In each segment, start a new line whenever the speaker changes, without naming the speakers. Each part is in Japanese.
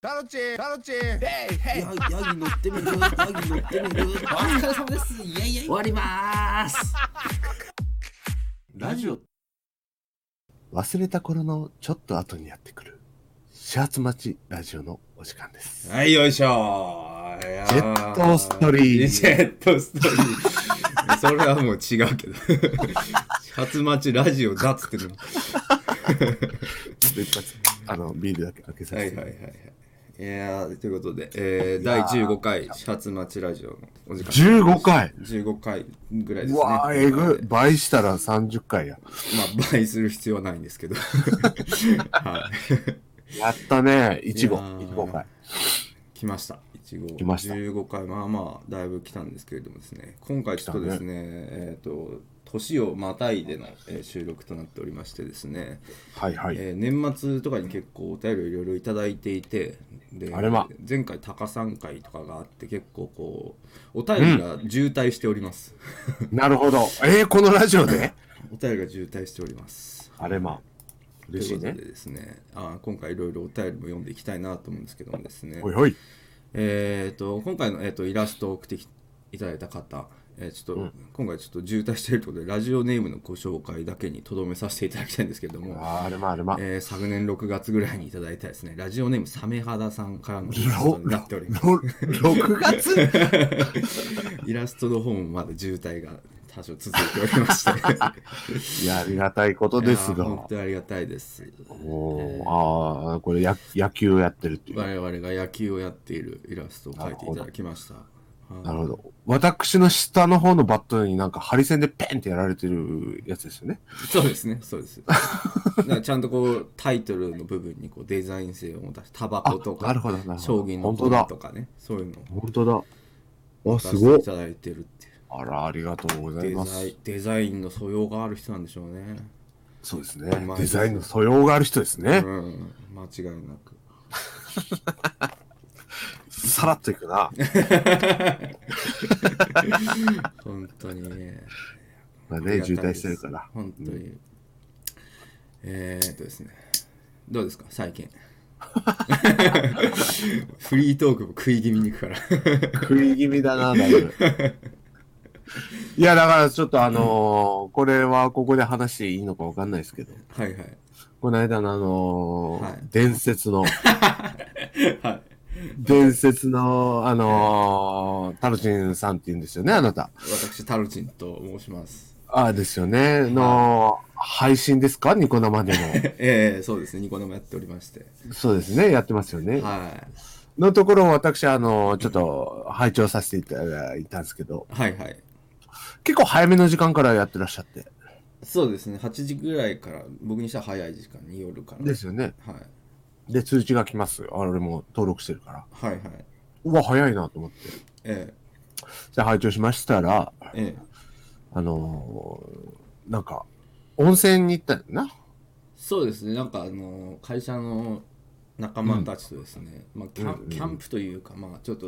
タロチタロチヘイヘイ
ヤヤギ乗ってみるヤギ乗ってみる お疲れ様ですイエイイエイ終わり ますラジオ
忘れた頃のちょっと後にやってくる始発待ちラジオのお時間です。
はい、よいしょジェ
ジェットストリーム
ジェットストリーム。それはもう違うけど。初待ちラジオだっつってんの。
一発あのビールだけ開けさ
はい
せ
は
て、
いはいはい。いやーということで、えー、第15回、始発待ちラジオのお時間。
15回
15回ぐらいです
う
ね。
わーえぐい倍したら30回や。
まあ、倍する必要はないんですけど。 はい。
やったね、いちご、
いやー
1号回。
来ました。1号。
来ました
15回、まあまあ、だいぶ来たんですけれどもですね、今回ちょっとですね、えっ、と、年をまたいでの、えー収録となっておりましてですね、
はいはい。
えー年末とかに結構お便りをいろいろいただいていて、で
あれま
前回、高さん会とかがあって、結構こう、お便りが渋滞しております。
なるほど。えー、このラジオで
お便りが渋滞しております。
あれまあ、嬉しい
とい
ね
うこと。でですね、あー今回いろいろお便りも読んでいきたいなと思うんですけどもですね。
ほいほい。
えー、と今回の、えー、とイラストを送ってきいただいた方、えーちょっと、今回ちょっと渋滞しているということでラジオネームのご紹介だけにとどめさせていただきたいんですけれども、
あーあれまあれま。
えー昨年6月ぐらいにいただいたですねラジオネームサメ肌さんからのイラスト
ろ
になっております
ろ6月
イラストの方もまだ渋滞が多少続いておりまし て
いや、ありがたいことです
いやー
が
本。当にありがたいです
おーああ、これや野球やってるっていう。
我々が野球をやっているイラストを描いていただきましたはい
なるほど。私の下の方のバットになんか針線でペンってやられてるやつですよね。
そうですね、そ うです。だからちゃんとこうタイトルの部分にこうデザイン性を持たして、タバコと
な
か
る、ほど、なるほど。
将棋の
本当だ
本と。かね、そういうのを
本当だ。あ、
出
す
して
ごい
い。ただいてるっていう。
あら、ありがとうござい
デ
ま
ザイ
す
ン。デザインの素養がある人なんでしょうね。
そうですね
うま。い
デ
です
ザインの素養がある人です
う
ね。
ん、間違いなく。
さらっといく な。
本当にね。
まあ
あり
ね、
がたい
渋
で
滞
す
してるから。
本当に。えーっとですね。どうですか、最近。フリートークも食い気味にいくから。
食い気味だな、だい ぶ。いや、だからちょっとあのーこれはここで話していいのかわかんないですけど、
はいはい。
この間のあのー
はい
伝説の、
はい。
伝説の、あのータルチンさんって言うんですよね、あなた。
私、タルチンと申します。
ああですよね。の、配信ですかニコ生で
ええそうですね、ニコ生やっておりまして。
も。そうですね。やってますよね。
はい。
のところを私、あの、ちょっと、拝聴させていただいたんですけど、
はいはい。
結構早めの時間からやってらっしゃって。
そうですね、8時ぐらいから、僕にしたら早い時間に夜から。
ですよね。
はい。
で、通知が来ます。あれも登録してるから。
はいはい。
うわ、早いなと思って。
え
じゃあ拝聴しましたら、
えええ
あのーなんか、温泉に行ったんだな。
そうですね、なんか、あの会社の仲間たちとですね、まあキャン、キャンプというか、まあ、ちょっと、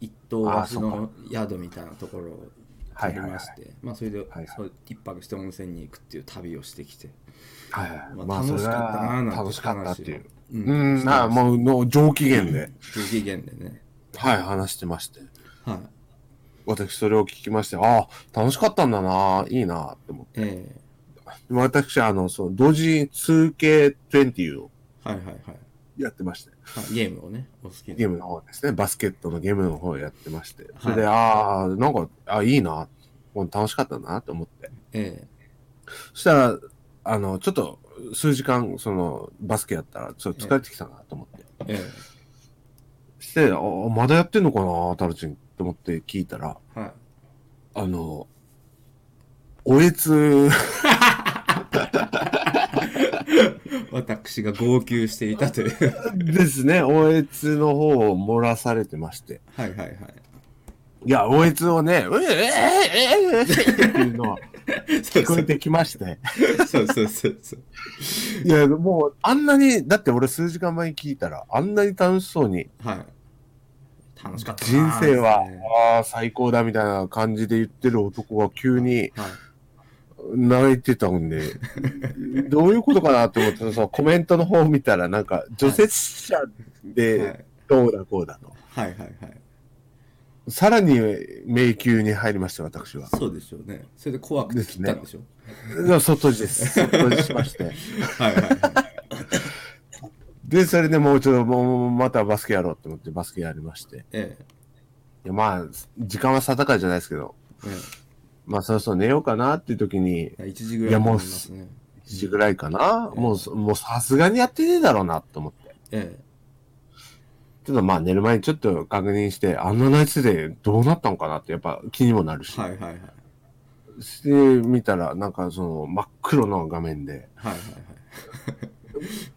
一棟
あー
貸しの宿みたいなところを
はい
借
はい
り
は
ま
い
して、まあ、それで、
はい
そう一泊して温泉に行くっていう旅をしてきて、
はいはい。
まあ、楽しかったなーなんて話を
楽しかったっていう。。
う、
うんん、あもうの、上機嫌で、
不機嫌でね。
はい、話してまして。
はい。
私それを聞きまして、ああ、楽しかったんだな、いいなって思って。
ええ
私、あの、その、同時 2K20 を
はいはいはいは
やってまして、
い。ゲームをね、お好きな。
ゲームの方ですね、バスケットのゲームの方をやってまして、それで、
は
ああ、なんか、あいいな、もう楽しかったなと思って。
え
そしたら、あの、ちょっと、数時間、その、バスケやったら、ちょっと疲れてきたなと思って。
ええ
して、ああ、まだやってんのかな、タルチンと思って聞いたら、
えはい。
あの、おえつ、
私が号泣していたという。
ですね、おえつの方を漏らされてまして。
はいはいはい。
や、おえつをね、うえええええっていうのはい
そう
聞
そ
こえ
う
てきまして。
そうそうそうそう。
いや、もう、あんなに、だって俺数時間前に聞いたら、あんなに楽しそうに、
はい。楽しかった
人
なー
生は
ですね、
ああ、最高だみたいな感じで言ってる男が急に、
はい。
泣いてた んで、どういうことかなと思って、そのコメントの方を見たら、なんか、除雪車
はい
でどうだこうだと。
はいはいはい
さらに迷宮に入りました、私は。
そうでしょうねそれで怖くて切ったんでしょ
外地です。外地しま して。
はいはいは
で、それでもうちょっと、もうまたバスケやろうと思って、バスケやりまして。い
いええ
やまあ、時間は定かじゃないですけど、
え
まあ、そろそろ寝ようかなっていう時に、
え、1時ぐら
い
い
やもう
になりますね
1時ぐらいかな、もうそ、もうさすがにやってねえだろうなと思って。
え
ちょっとまあ寝る前にちょっと確認して、あんなナイスでどうなったのかなってやっぱ気にもなるし。
えはいはいはいはい
してみたら、なんかその真っ黒の画面で、
はいはい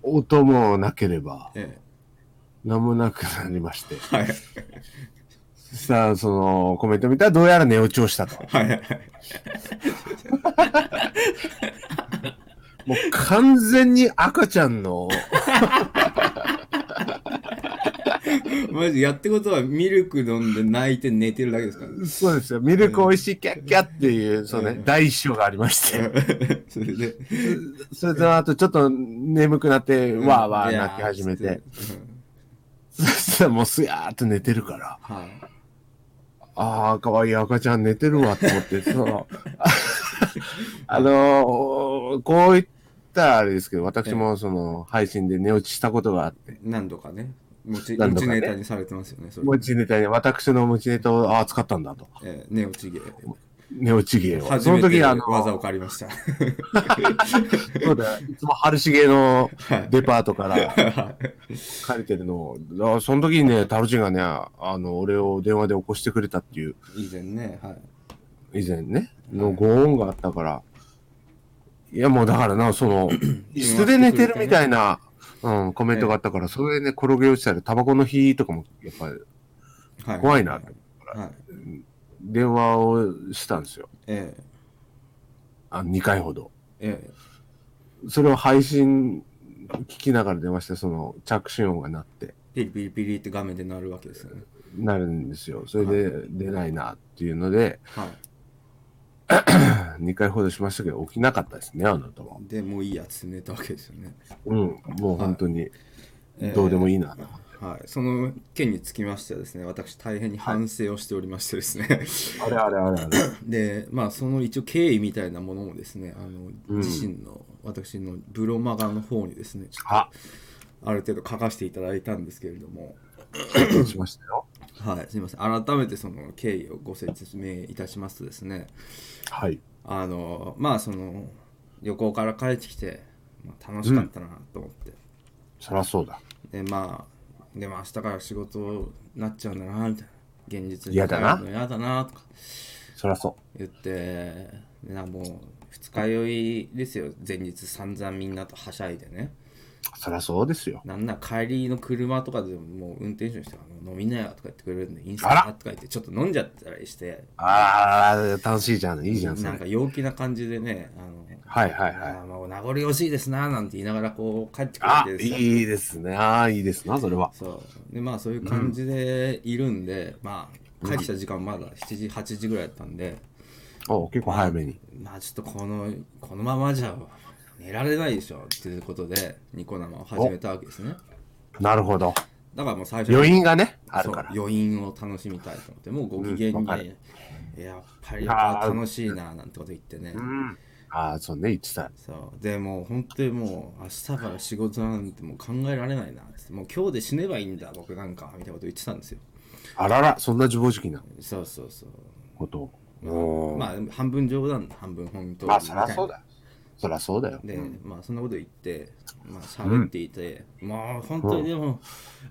音もなければ、
え
何もなくなりまして。
えはい
さあ、そのコメント見たらどうやら寝落ちをしたと。
はいはいはい
もう完全に赤ちゃんの、
マジやってことはミルク飲んで泣いて寝てるだけですからね
そうですよ、ミルク美味しいキャッキャっていう、そうね、第一章がありまして。
それで
それとあとちょっと眠くなって、わーわ
い
ー
やー
泣き始めて。
つってうん
そしたらもうすやーっと寝てるから、
はい
あー、かわいい赤ちゃん寝てるわと思って、その、 あのーこういったあれですけど、私もその配信で寝落ちしたことがあって、
何度かね持ち
何度
持ち
かね
ネタにされてますよねそれ
持ちネタに、私の持ちネタを、あー、使ったんだと。
ええ寝落ち芸
寝落ち芸を。
初
その
め
時
て
あの、
技を借りました
そうだ、いつも春重の
はい
デパートから、
はい
借りてるのを、あその時にね、タロチンがね、あの、俺を電話で起こしてくれたっていう、
以前ねはい
以前ね、のご恩があったから、いやもうだからな、その、椅子で寝てるみたいな、うん、コメントがあったから、それでね、転げ落ちたり、タバコの火とかも、やっぱり、
はい
怖いな
はい
電話をしたんですよ。
ええ
あ2回ほど。
え
それを配信、聞きながら電話して、その、着信音が鳴って、
えピリピリピリって画面で鳴るわけですよね
なるんですよ。それで、出ないな、っていうので、
は
2回ほどしましたけど、起きなかったですね、あなたは。
いでもういいやつ寝たわけですよね
うん、もう本当に、
ええ
どうでもいいな。
はい、その件につきましてはですね私大変に反省をしておりましてですね、
あれあれあれあ れ。
でまあその一応経緯みたいなものもですねあの、
うん
自身の私のブロマガの方にですねちょっ
あ、
とある程度書かせていただいたんですけれども
どうしましたよ。
はいすいません改めてその経緯をご説明いたしますとですね
はい。
あのまあその旅行から帰ってきて、まあ、楽しかったなと思って、
そりゃそうだ。
でまあでも明日から仕事になっちゃうんだなみたいな現実に
嫌だな
帰るの嫌だなとか
そりゃそ
言ってでなもう二日酔いですよ前日散々みんなとはしゃいでね
う。そりゃそうですよ。
なんなら帰りの車とかでももう運転手の人が「もう飲みなよ」とか言ってくれるんで「インスタ
あら
とか言ってちょっと飲んじゃったりして
ああ、楽しいじゃん。いいじゃん、それ。
なんか陽気な感じでねあの
はいはい
あ
は
ーもう名残惜しいですな」なんて言いながらこう帰ってく
い。あ、
るんですよ
いいですね。ああ、いいですな、それは。
そうでまあそういう感じでいるんで、まあ帰ってきた時間まだ7時8時ぐらいだったんで、
お結構早めに。
まあちょっとこのこのままじゃ寝られないでしょっていうことでニコ生を始めたわけですね
なるほど。
だからもう最初に
余韻がね、あるから
そう。余韻を楽しみたいと思ってもうご機嫌に
うんわか
ね、やっぱり楽しいななんてこと言ってね
うん。ああ、そうね、言ってた。
そうでもう本当にもう明日から仕事なんてもう考えられないなっつってもう今日で死ねばいいんだ僕なんかみたいなこと言ってたんですよ
あらら、そんな自暴自棄な
そうそうそう
ことを。おー
まあ半分冗談半分本当
まあ、そりゃそう
みたいな
だ。そりゃそうだよ。
で、まあそんなこと言って、まあ喋っていて、もう本当にでも、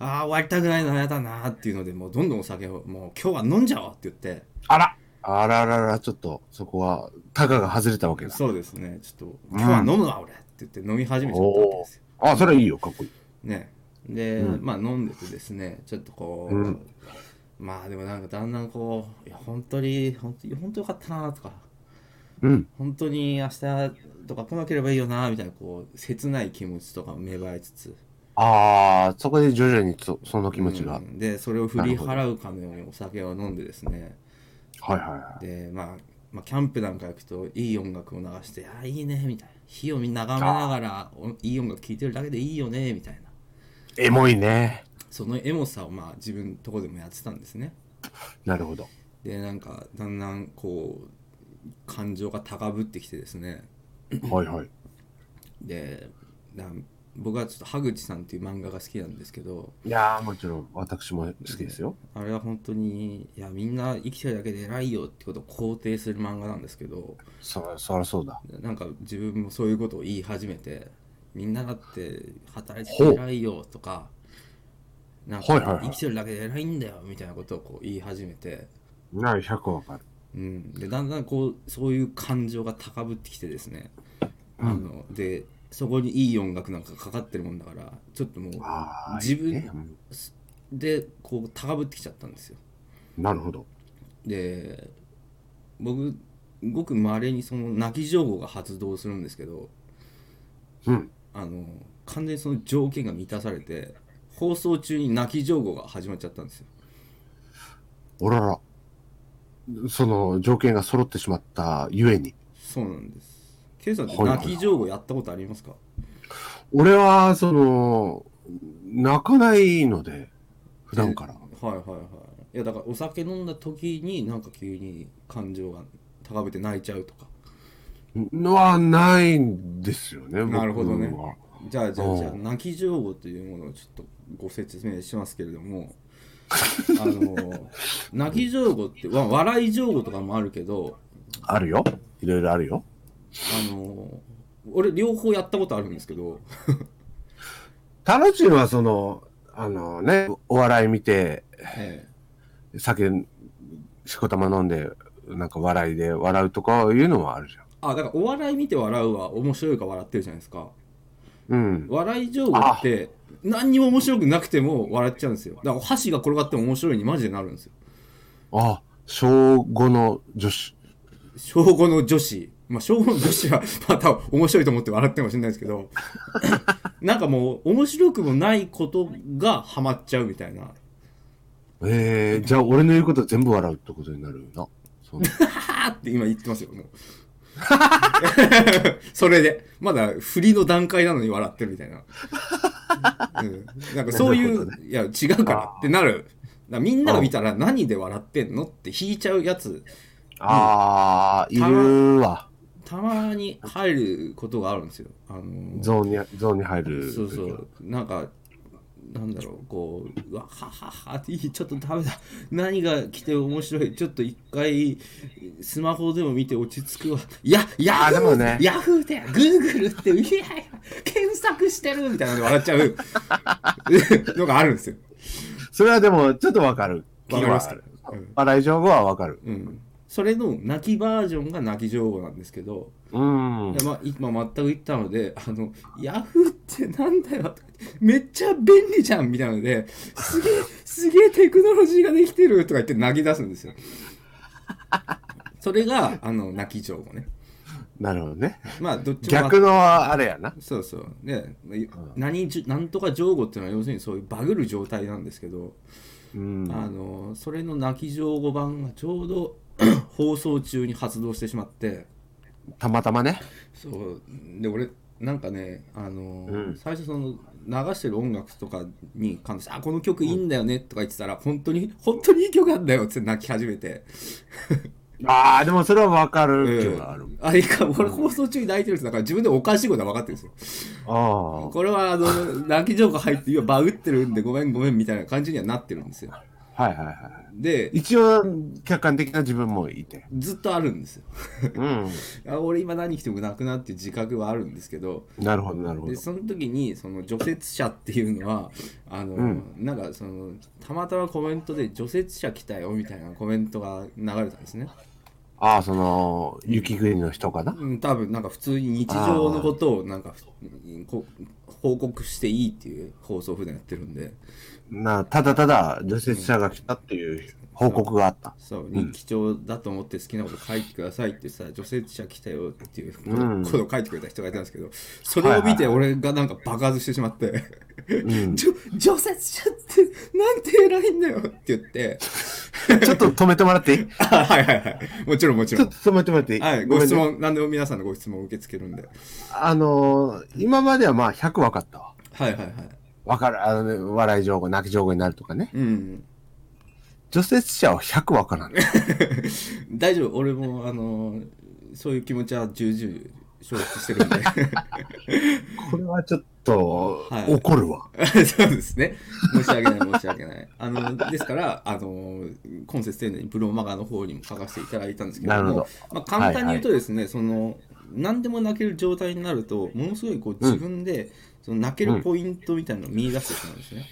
ああ終わりたくないなやだなっていうのでもうどんどんお酒をもう今日は飲んじゃおうって言って
あらあららら、ちょっと、そこは、タガが外れたわけだ。
そうですねちょっと今日は飲むわ俺って言って飲み始めちゃったわけ
お
で
お
すよ。
あ、それいいよ、かっこいい。
ねで、
うん
まあ飲んでてですねちょっとこう、
うん
まあでもなんかだんだんこういや本当に本当に本当よかったなとか
うん。
本当に明日とか来なければいいよなみたいなこう切ない気持ちとかも芽生えつつ。
ああ、そこで徐々にそその気持ちが。
うんでそれを振り払うかのようにお酒を飲んでですね
はいはいはい。
でまあまあ、キャンプなんか行くといい音楽を流して「あーいいね」みたいな火を眺めながらおいい音楽聴いてるだけでいいよねみたいな
エモいね。
そのエモさをまあ自分のとこでもやってたんですね
なるほど。
でなんかだんだんこう感情が高ぶってきてですね
はいはい。
でなん僕はちょっと「羽口さん」っていう漫画が好きなんですけど
いやー、もちろん私も好きですよ。
あれは本当にいやみんな生きてるだけで偉いよってことを肯定する漫画なんですけど
そそらそうだ。
なんか自分もそういうことを言い始めてみんなだって働いてて偉いよとかなん
はいはいは
か
い
生きてるだけで偉いんだよみたいなことをこう言い始めて、
なる100わかる。
うん、でだんだんこうそういう感情が高ぶってきてですねあのでそこにいい音楽なんかかかってるもんだからちょっともう
あー
自分
いいねうん
でこう高ぶってきちゃったんですよ
なるほど。
で僕ごくまれにその泣き情報が発動するんですけど
うん。
あの完全にその条件が満たされて放送中に泣き情報が始まっちゃったんですよ
おらら。その条件が揃ってしまったゆえに。
そうなんですケイさんって
はいはい
泣き情報やったことありますか
俺は、その、泣かないので、普段から。
はいはいはいいやだからお酒飲んだ時になんか急に感情が高めて泣いちゃうとか
のはないんですよね、
なるほどね
僕は
じゃあじゃ
う
あ
ん
じゃあ泣き情報というものをちょっとご説明しますけれどもあの泣き情報ってわ笑い情報とかもあるけど
あるよ。いろいろあるよ。
あの俺両方やったことあるんですけど
タロチンはその、あのね、お笑い見て、
ええ
酒、しこたま飲んで、なんか笑いで笑うとかいうのはあるじゃん。
あだからお笑い見て笑うは面白いから笑ってるじゃないですか
うん。
笑い情報って何にも面白くなくても笑っちゃうんですよだからお箸が転がっても面白いにマジでなるんですよ
あ、小5の女子。
小5の女子まあ小5の女子は また面白いと思って笑ってるかもしれないですけど なんかもう面白くもないことがハマっちゃうみたいな
ええじゃあ俺の言うこと全部笑うってことになるよな。そんな
あーって今言ってますよもう それでまだ振りの段階なのに笑ってるみたいな、うん、なんかそうい
なるほ
う、
ど
いや違うからってなるだからみんなが見たら何で笑ってんのって引いちゃうやつ
ああ、いるわ。
たまに入ることがあるんですよあのー
ゾーンに、ゾーンに入る。
そうそう。なんかなんだろうこううわはははっていいちょっとダメだ 何が来て面白いちょっと一回スマホでも見て落ち着くわいやヤ
あ
フ
で
ー
もね
ヤフーでグーグルっていやいや検索してるみたいなので笑っちゃう のがあるんですよ
それはでも、ちょっとわかる。
わかります
気はある
うん
笑い情報はわかる。
うんそれの泣きバージョンが泣き情報なんですけど
うん。
いやまあ、今全く言ったので「あのヤフーってなんだよ」とかめっちゃ便利じゃん」みたいなので すげえすげえテクノロジーができてる」とか言って泣き出すんですよ。それがあの泣き情報ね。
なるほどね。
まあどっちも
逆のあれやな。
そうそうで何じゅなんとか情報っていうのは要するにそういうバグる状態なんですけど、
うん。
あのそれの泣き情報版がちょうど 放送中に発動してしまって。
たまたまね。
そうで俺なんかね、あのー
うん
最初その流してる音楽とかに感動して「あこの曲いいんだよね」とか言ってたら「本当に本当にいい曲なんだよ」って泣き始めて、
ああ、でもそれはわか
う
る気
ん
はある。
あれか俺放送中に泣いてるんですだから自分でおかしいことは分かってるんです
あ
よこれはあの泣き情報入って今バグってるんでごめんごめんみたいな感じにはなってるんですよ
あ。はいはいはい。
で
一応、客観的な自分もいて。
ずっとあるんですよ
うん。
あ俺今何着てもなくなっていう自覚はあるんですけど
なるほど、なるほど
で。その時にその除雪車っていうのはあの、
ん
なんかそのたまたまコメントで「除雪車来たよ」みたいなコメントが流れたんですね、
ああ、その、雪国の人かな。
うん、多分なんか普通に日常のことをなんかふこ報告していいっていう放送普段やってるんで
なただただ除雪車が来たっていう報告があった。
そう日記帳だと思って好きなこと書いてくださいってさ除雪車来たよっていうこ
うん
とを書いてくれた人がいたんですけどそれを見て俺がなんか爆発してしまって。
うん、
じょ除雪車ってなんて偉いんだよって言って
ちょっと止めてもらっていいち
あはいはいはい。もちろんもち
ょ
ろ
っ
ん
と。止めてもらっていい
はい、
ご
ご
めん
質
ね。
問、何でも皆さんのご質問を受け付けるんで。
あのー、今まではまあ100分かったわ。
はいはいはい。
わかる、あのね、笑い情報、泣き情報になるとかね。
うん。
除雪車は100分からん ね。
大丈夫、俺も、あのー、そういう気持ちは重々承知してるんで。
これはちょっと
はい
怒るわ。
そうですね。申し訳ない、申し訳ない。あの、ですから、あの、今節丁寧にブローマガの方にも書かせていただいたんですけれども、
なるほ
まあ、簡単に言うとですね、その、何でも泣ける状態になると、ものすごいこう自分で、その泣けるポイントみたいなのを見出してしまうんですね。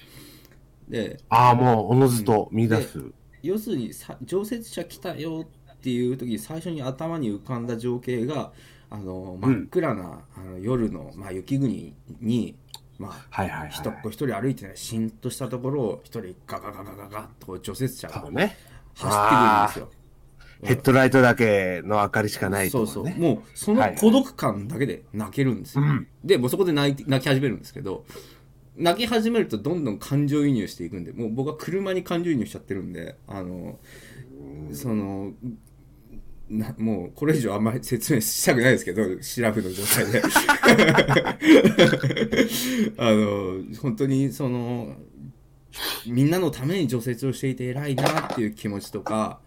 で、
ああ、もうおのずと見出す。
要するにさ常設車来たよっていう時に最初に頭に浮かんだ情景があの
うん
真っ暗な、あの夜の、まあ、雪国に、ま
はいはいは
あ、
い。
人っ子一人歩いてないしんとしたところを一人ガガガガガガッとこう除雪車が
そ
走
う
って
ね。
くるんですよ。
ヘッドライトだけの明かりしかないと
そう
か
そう
ね。
もうその孤独感だけで泣けるんですよ、
うん
でもうそこで泣いて泣き始めるんですけど泣き始めるとどんどん感情移入していくんでもう僕は車に感情移入しちゃってるんであのそのなもうこれ以上あんまり説明したくないですけどシラフの状態で あの本当にそのみんなのために除雪をしていて偉いなっていう気持ちとか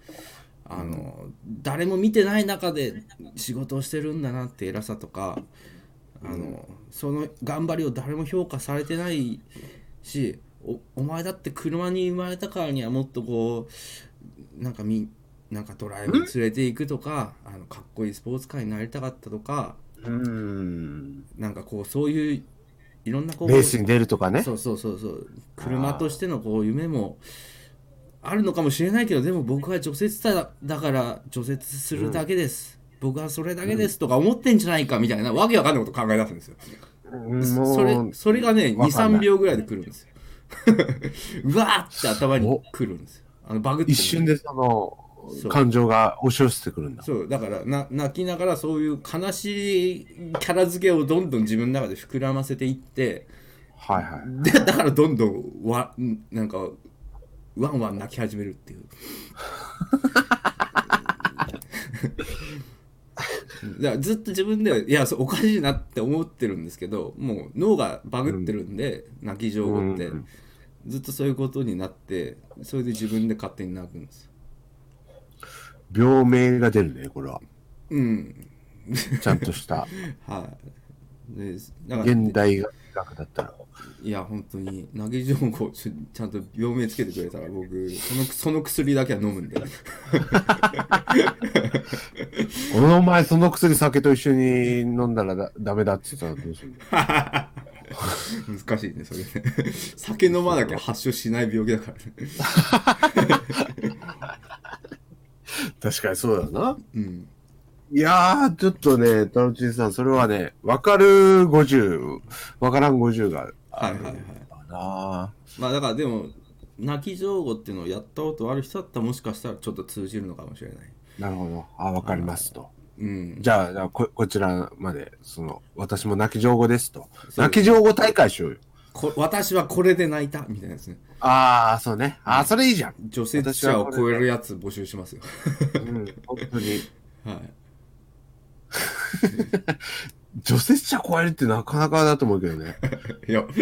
あの誰も見てない中で仕事をしてるんだなって偉さとかあのその頑張りを誰も評価されてないしおお前だって車に生まれたからにはもっとこうなんかみなんかドライブに連れていくとかあのかっこいいスポーツカーになりたかったとか
うーん。
なんかこうそういういろんなこう
レースに出るとかね。
そうそうそうそう車としてのこう夢もあるのかもしれないけどでも僕は除雪車だだから除雪するだけです、僕はそれだけですとか思ってんじゃないかみたいなわけわかんないこと考え出すんですよ
うんもう
それそれがね
わかんない
23秒ぐらいで来るんですよ うわーって頭に来るんですよあのバグって
一瞬でそ
そう
の感情が押し寄せてくるんだ。
そうだからな泣きながらそういう悲しいキャラ付けをどんどん自分の中で膨らませていって
はいはい。
でだからどんどんわんなんかワンワン泣き始めるっ ていうだからずっと自分ではいやそうおかしいなって思ってるんですけどもう脳がバグってるんで、泣き情報って、
うん
ずっとそういうことになってそれで自分で勝手に泣くんですよ
病名が出るね、これは。
うん
ちゃんとした。
はいでだから
現代学だったら。
いや本当に投げ情報ちょちゃんと病名つけてくれたら僕そのその薬だけは飲むんで
この前その薬酒と一緒に飲んだらだダメだって言ったらどうするの
難しいねそれね酒飲まなきゃ発症しない病気だからね
確かにそうだな。
うん
いやー、ちょっとね、タロチンさん、それはね、わかる50、わからん50が
は
あ
い
る
はいはい
な
まあだからでも泣き情報っていうのをやったことある人だったらもしかしたらちょっと通じるのかもしれない
なるほど。あ、わかりますと。
うん
じゃあ、じゃあこ、こちらまで、その、私も泣き上語ですと。
す
泣き上語大会しようよ。
こ私はこれで泣いたみたいなですね
ああ、そうね。ああ、それいいじゃん。
除雪車を超えるやつ募集しますよ
うん、本当に。
はい
除雪車超えるってなかなかだと思うけどね。
いや
ブ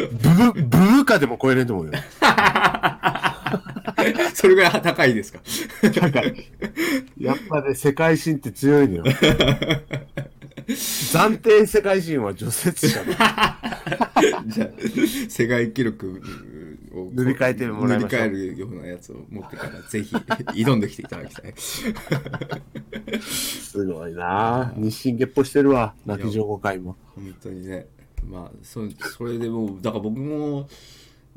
ブ、ブブカでも超えれんと思うよ。
それぐらい高いですか
高い。やっぱね、世界新って強 いのよ。暫定世界新は除雪車だ。
じゃあ世界記録を
塗り替えてもらいましょう
塗り替えるようなやつを持ってからぜひ挑んできていただきたい
すごいなぁ日清月歩してるわ。泣き情報会も。
本当にねまあそそれでもうだから僕も、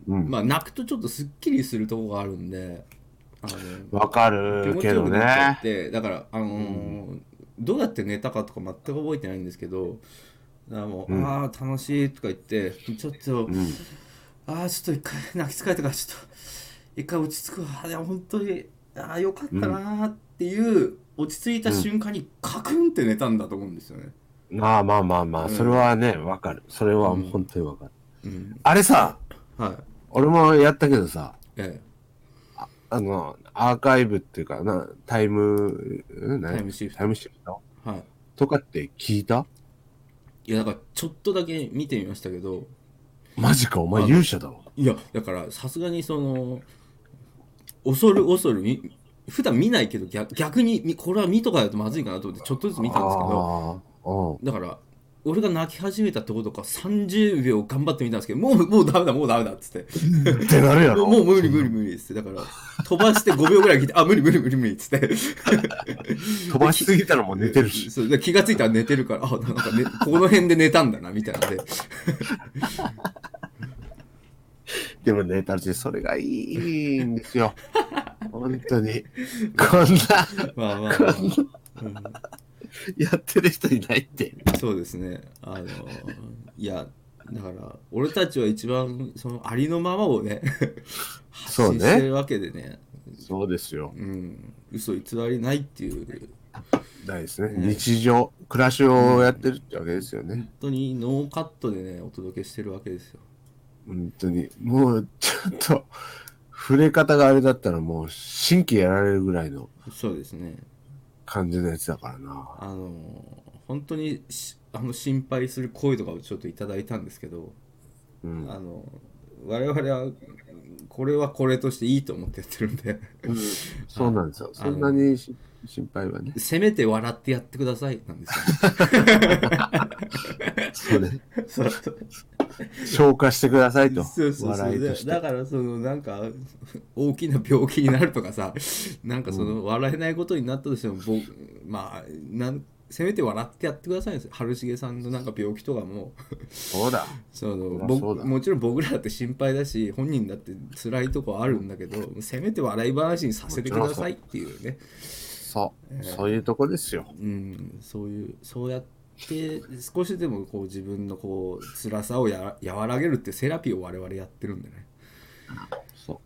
うん
まあ泣くとちょっとすっきりするとこがあるんであの
わか
気
る
持ち
け
よ
ど
くなっちゃ
ね
っ。て、だからあのーどうやって寝たかとか全く覚えてないんですけどだからもう、
うん
ああ楽しいとか言ってちょっと、
うん。
ああちょっと一回泣き疲れたからちょっと一回落ち着くわいや本当にああよかったなーっていう、落ち着いた瞬間にカクンって寝たんだと思うんですよね、
まあまあまあまあ、
うん
それはね、わかる。それは本当にわかる。
うん、
あれさ、
はい
俺もやったけどさ、
ええ
あの、アーカイブっていうか、なタイム、うん何
タイムシフト
タイムシフト
はい
とかって聞いた
いやだからちょっとだけ見てみましたけど
マジか、お前勇者だわ。
いやだからさすがにその恐る恐るみ普段見ないけど逆逆にみこれは見とかだとまずいかなと思ってちょっとずつ見たんですけど
あーうん
だから俺が泣き始めたってことか30秒頑張ってみたんですけどもうもうダメだもうダメだっつって
ってなるや
も
ろ。
うもう無理無理無理っつってだから飛ばして5秒ぐらい聞いてあ無理無理無理無理っつって
飛ばしすぎたらもう寝てるし。
そうだから気がついたら寝てるからあなんか、ね、この辺で寝たんだなみたいなんで
でもね、たちそれがいいんですよ。 本当に。こんな、
まあまあ、 まあ
やってる人いないって。
うん、そうですねあのいやだから俺たちは一番そのありのままをね発
そうね
信してるわけでね
そうですよ。
うん嘘偽りないっていう
ないですね。日常、暮らしをやってるってわけですよね
本。当にノーカットでねお届けしてるわけですよ
本当に。もう、ちょっと、触れ方があれだったらもう、神経やられるぐらいの
そうですね
感じのやつだからな。
あの本当にしあの心配する声とかをちょっといただいたんですけど
うん。
あの我々はこれはこれとしていいと思ってやってるんで
そうなんですよ。そんなにし心配はね。
せめて笑ってやってくださいなんです
そうね。
よ、ね、 そう
消化してくださいと。
そうそうそ
笑
う
いとし
だだ
て。
からそのなんか 大きな病気になるとかさなんかその笑えないことになったとしても、ぼまあなんせめて笑ってやってくださいんですよ春重さんのなんか病気とかも
そうだ。
その
まあ
ぼ
そうだ
もちろん僕らだって心配だし本人だって辛いとこあるんだけどせめて笑い話にさせてくださいっていうね
そう。そういうとこですよ。
うん、そういうそうやって少しでもこう自分のこう辛さをやら和らげるってセラピーを我々やってるんでね
そ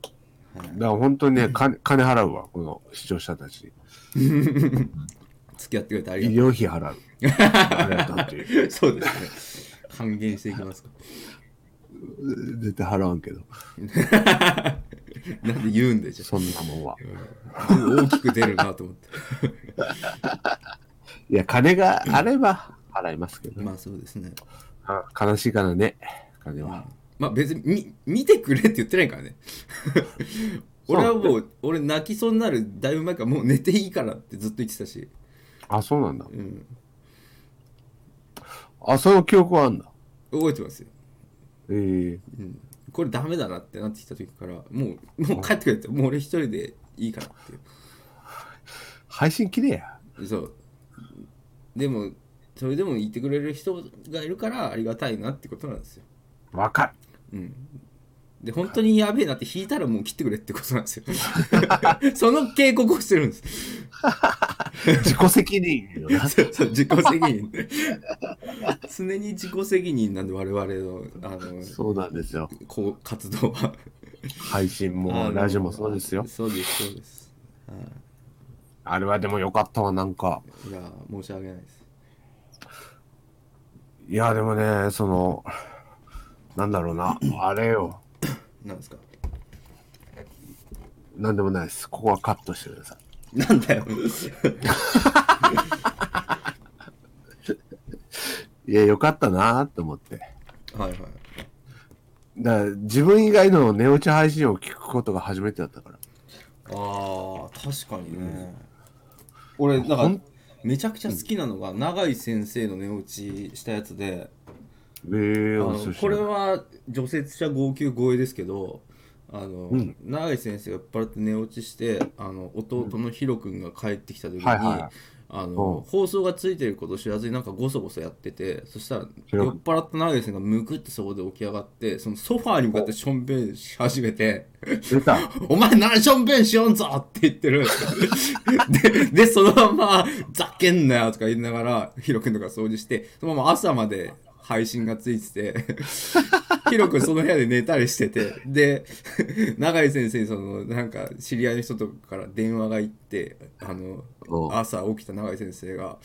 う。だから本当に ね、金金払うわ、この視聴者たち。
付き合ってくれてあ
医
りが
療費払 う。ありがとうっていう
とう そうですね還元していき ますか
絶対払わんけど、
なんで言うんでじゃ
そんなもんは。
あ大きく出るなと思って
いや、金があれば払いますけど、
まあそうですね
あ悲しいからね、金は。
まあ別に見見てくれって言ってないから ね俺はもう俺泣きそうになるだいぶ前からもう寝ていいからってずっと言ってたし、
あ、そうなんだ。
うん、
あ、その記憶はあんだ。
覚えてますよ
ええ
うんこれダメだなってなってきた時からもうもう帰ってくれってもう俺一人でいいからって
配信きれいや。
いうそうでもそれでも言ってくれる人がいるからありがたいなってことなんですよ
わかる。
で本当にやべえなって引いたらもう切ってくれってことなん ですよその警告をしてるんです
自己責任よな
そうそう自己責任 常に自己責任なんで我々のあ の
そうなんですよ。
こう活動は
配信
あ
も
の
ラジオもそうですよ。
そうですそうです
あれはでもよかったわ、なんか。
いや申し訳ないです
いや、でもね、その、なんだろうな、あれよ。
なんですか
なんでもないです。ここはカットしてください。
なんだよ。
いや、よかったなと思って。
はいはい。
だから自分以外の寝落ち配信を聞くことが初めてだったから。
ああ、確かにね。俺、なんか、めちゃくちゃ好きなのが、永井先生の寝落ちしたやつで、
ええ
あの
そして
これは除雪車号泣超えですけど、あの、永井先生が酔っ払って寝落ちして、あの、弟のヒロ君が帰ってきた時に、
はいはいはい
あの
うん
放送がついてることを知らずになんかごそごそやっててそしたら
ヒロ
酔っ
君
払った永井さんがむくってそこで起き上がってそのソファーに向かってしょんべんし始めて
出た。
お前何しょんべんしよんぞって言ってる。 で、で、そのまま、ざけんなよとか言いながら、ヒロ君とか掃除して、そのまま朝まで配信がついて て、ヒロ君その部屋で寝たりしてて、で、永井先生にその、なんか、知り合いの人とかから電話が行って、あの
お、
朝起きた永井先生が、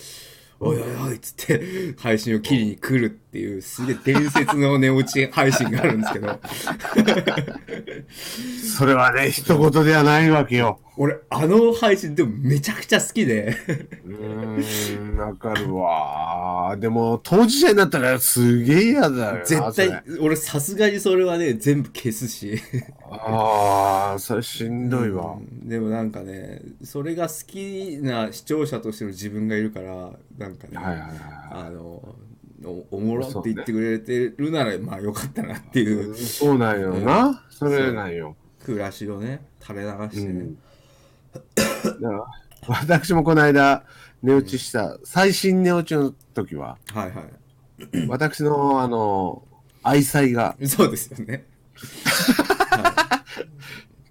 おいおいおいっつって配信を切りに来るっていうすげえ伝説の寝落ち配信があるんですけど
それはね、一言ではないわけよ。
俺あの配信でもめちゃくちゃ好きで
うーん、わかるわ。でも、当事者になったらすげえ嫌だよな。
絶
そ
対
れ
俺さすがにそれはね全部消すし
ああ、それしんどいわ。
うんでもなんかねそれが好きな視聴者としての自分がいるからなんかね、
はいはいは
あのおおもろって言ってくれてるなら、まあよかったなってい
い。
う
そうなんよな。それなんよ。
暮らしをね垂れ流してね、
だから私もこの間、寝落ちした、最新寝落ちの時は、
はいはい
私の、あの、愛妻が、
そうですよね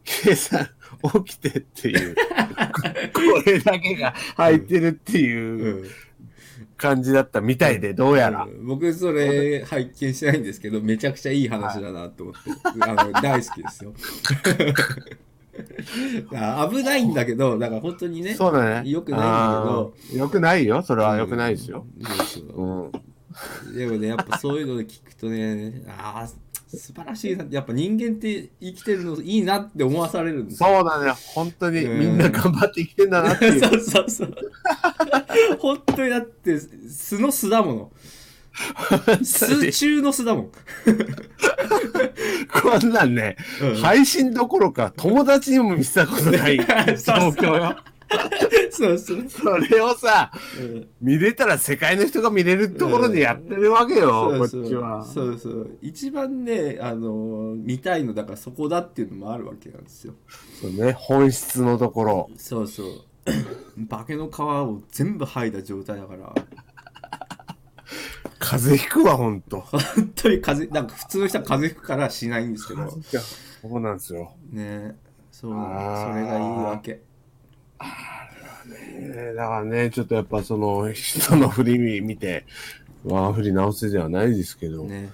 計 算起きてっていう これだけが入ってるって
う
いうん感じだったみたいでどうやら
僕それ拝見してないんですけどめちゃくちゃいい話だなと思って、あの大好きで すよあ危ないんだけどだから本当にね
そうだね
よくないんだけど
けどよくないよそれはよくないですよ、
そうそう
うん
でもねやっぱそういうので聞くとねああ素晴らしいなやっぱ人間って生きてるのいいなって思わされるんですよ
そうだね本当に
うん
みんな頑張って生きてんだなって いう
そうそうそう本当にだって素の素 だもの素中の素だもん、
こんなんね
うん
配信どころか友達にも見せたことない 状
そう
況よ
そうそう、
それをさ
うん
見れたら世界の人が見れるところでやってるわけよ、
そ
こ
うそう
っちは
そうそう一番ねあの見たいのだからそこだっていうのもあるわけなんですよ
そうね本質のところ
そうそう 化けの皮を全部剥いだ状態だから
風邪ひくわ、ほん と。
本当に風邪なんか普通の人は風邪ひくからしないんですけどね
そうなんですよ。
そうな
あ
の
ー
それがいいわけ
えーだからね、ちょっとやっぱその人の振り見て、ワン振り直せではないですけど。
ね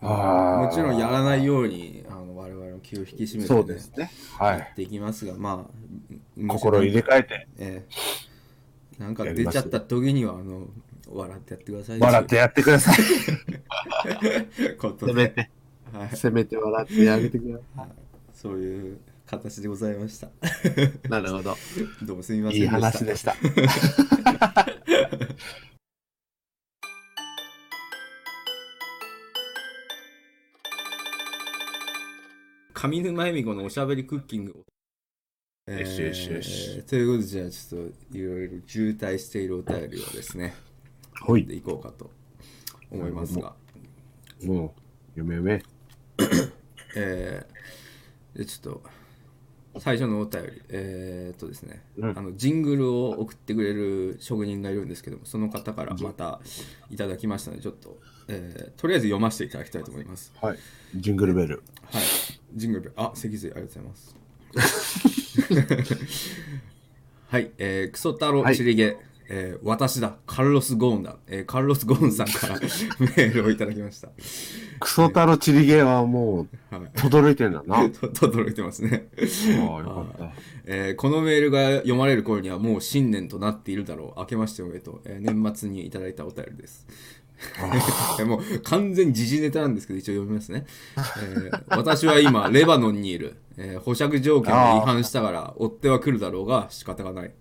あー
もちろんやらないようにあの我々の気を引き締めて、ね、
そうですね。は
や
い。
っていきますがまあ
心を入れ替えて、
ええなんか出ちゃった時にはあの笑ってやってください
笑ってやってください。
こと
せ
で
めて、
はい、
せめて笑ってあげてくださ
そういう形でございました。
い。なるほど。
どうもすみません
いい話でした。
上沼恵美子のおしゃべりクッキング。
よしよしよし
えーということで、じゃあちょっといろいろ渋滞しているお便りをですね、
ほ
で
い。
いこうかと思いますが、
もう、夢め。
えーでちょっと最初のお便り、えーっとですね、
うん
あのジングルを送ってくれる職人がいるんですけども、その方からまたいただきましたので、ちょっと、えーとりあえず読ませていただきたいと思います。
はい。ジングルベル。
はい。ジングルベル。あ、脊髄、ありがとうございます。 はい。えークソ太郎
はい
チリゲ、えー私だ、カルロス・ゴーンだ、えーカルロス・ゴーンさんから メールをいただきました。
クソ太郎チリゲはも
は
う、轟いてんだな。あ
い。と届いてますね、
あ、よかった。
えーこのメールが読まれる頃にはもう新年となっているだろう。明けましておめでとう。えー年末にいただいたお便りです。 えーもう完全に時事ネタなんですけど、一応読みますね。えー私は今、レバノンにいる。えー保釈条件に違反したから、追っては来るだろうが仕方がない。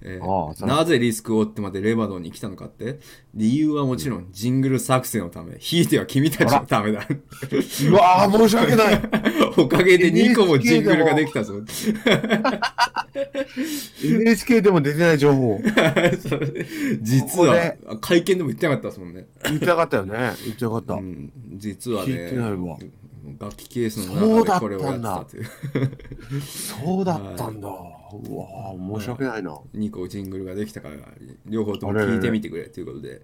えー
ああそれ
なぜリスクを負ってまでレバノンに来たのかって理由はもちろんジングル作戦のため、ひいては君たちのためだ。
うわあ、申し訳 ない。
おかげで2個もジングルができたぞ。
NHK でも出てない情報。
それ実は
こ
会見でも言ってなかったですもんね、
言いたかったよね。言いたかった。
うん、実はね
聞いてないわ
楽器ケースの
そう
中
だ
で
ったんだ
これをやってたという
そうだったんだ。うわあ、申し訳ないな。
2個ジングルができたから両方とも聞いてみてくれということで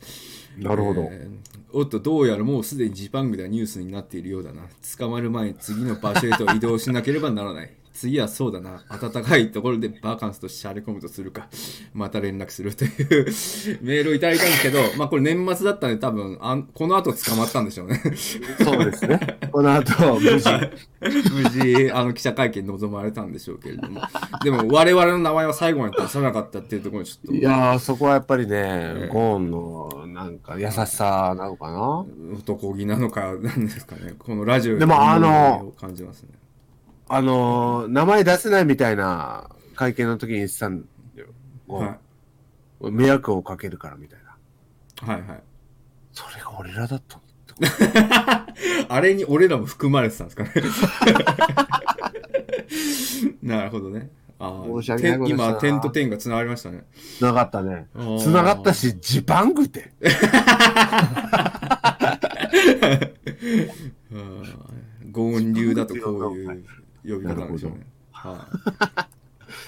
なるほど。
えーおっとどうやらもうすでにジパングではニュースになっているようだな捕まる前に次の場所へと移動しなければならない 次はそうだな、暖かいところでバカンスとしゃれ込むとするか、また連絡するという メールをいただいたんですけど、まあこれ年末だったんで多分、あんこの後捕まったんでしょうね。
そうですね。 この後、無事。
無事、あの、記者会見に臨まれたんでしょうけれども。でも、我々の名前は最後まで出さなかったっていうところにちょっと
い、やー、そこはやっぱりね、ゴーンの、なんか、優しさなのかな。
男気なのか、なんですかね。このラジオ
でもあの
を感じますね。
あのー、名前出せないみたいな会見の時に言ってたんだよ。ゴーン
は
迷惑をかけるからみたいな。
い。はいはい。
それが俺らだったんだって
あれに俺らも含まれてたんで すかね。なるほどね。ああ
申し訳ないことしたな
今、点と点が繋がりましたね。
繋がったね
あー。
繋がったし、ジパングて。
うんゴーン流だとこういう呼び方なんでしょうね。はい。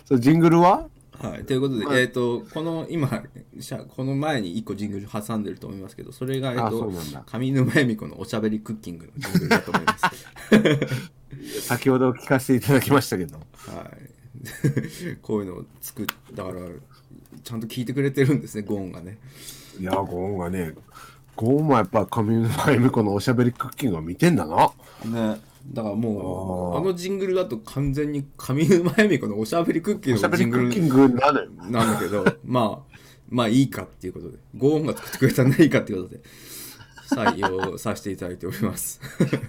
そう、ジングルは
はい、ということで、えっ、と、この今、しゃこの前に一個ジングル挟んでると思いますけど、それが、えっ、
あそう
と
なんだ、
上沼恵美子のおしゃべりクッキングのジングルだと思います。
先ほど聞かせていただきましたけど。
はい。 こういうのを作っだから、ちゃんと聞いてくれてるんですね、ゴーンがね。
いやー、ゴーンがね、ゴーンはやっぱ上沼恵美子のおしゃべりクッキングを見てんだな。
ね。だからもう、あのジングルだと完全に上沼恵美子のおしゃべりクッキ
お
ン
し
グ
ゃ
の
べ
ジ
り
ン
ク
グ
ッキング
ル
なのよ。
なんだけど、 まあ、まあいいかっていうことで、ゴーンが作ってくれたんでいいかっていうことで、採用させていただいております。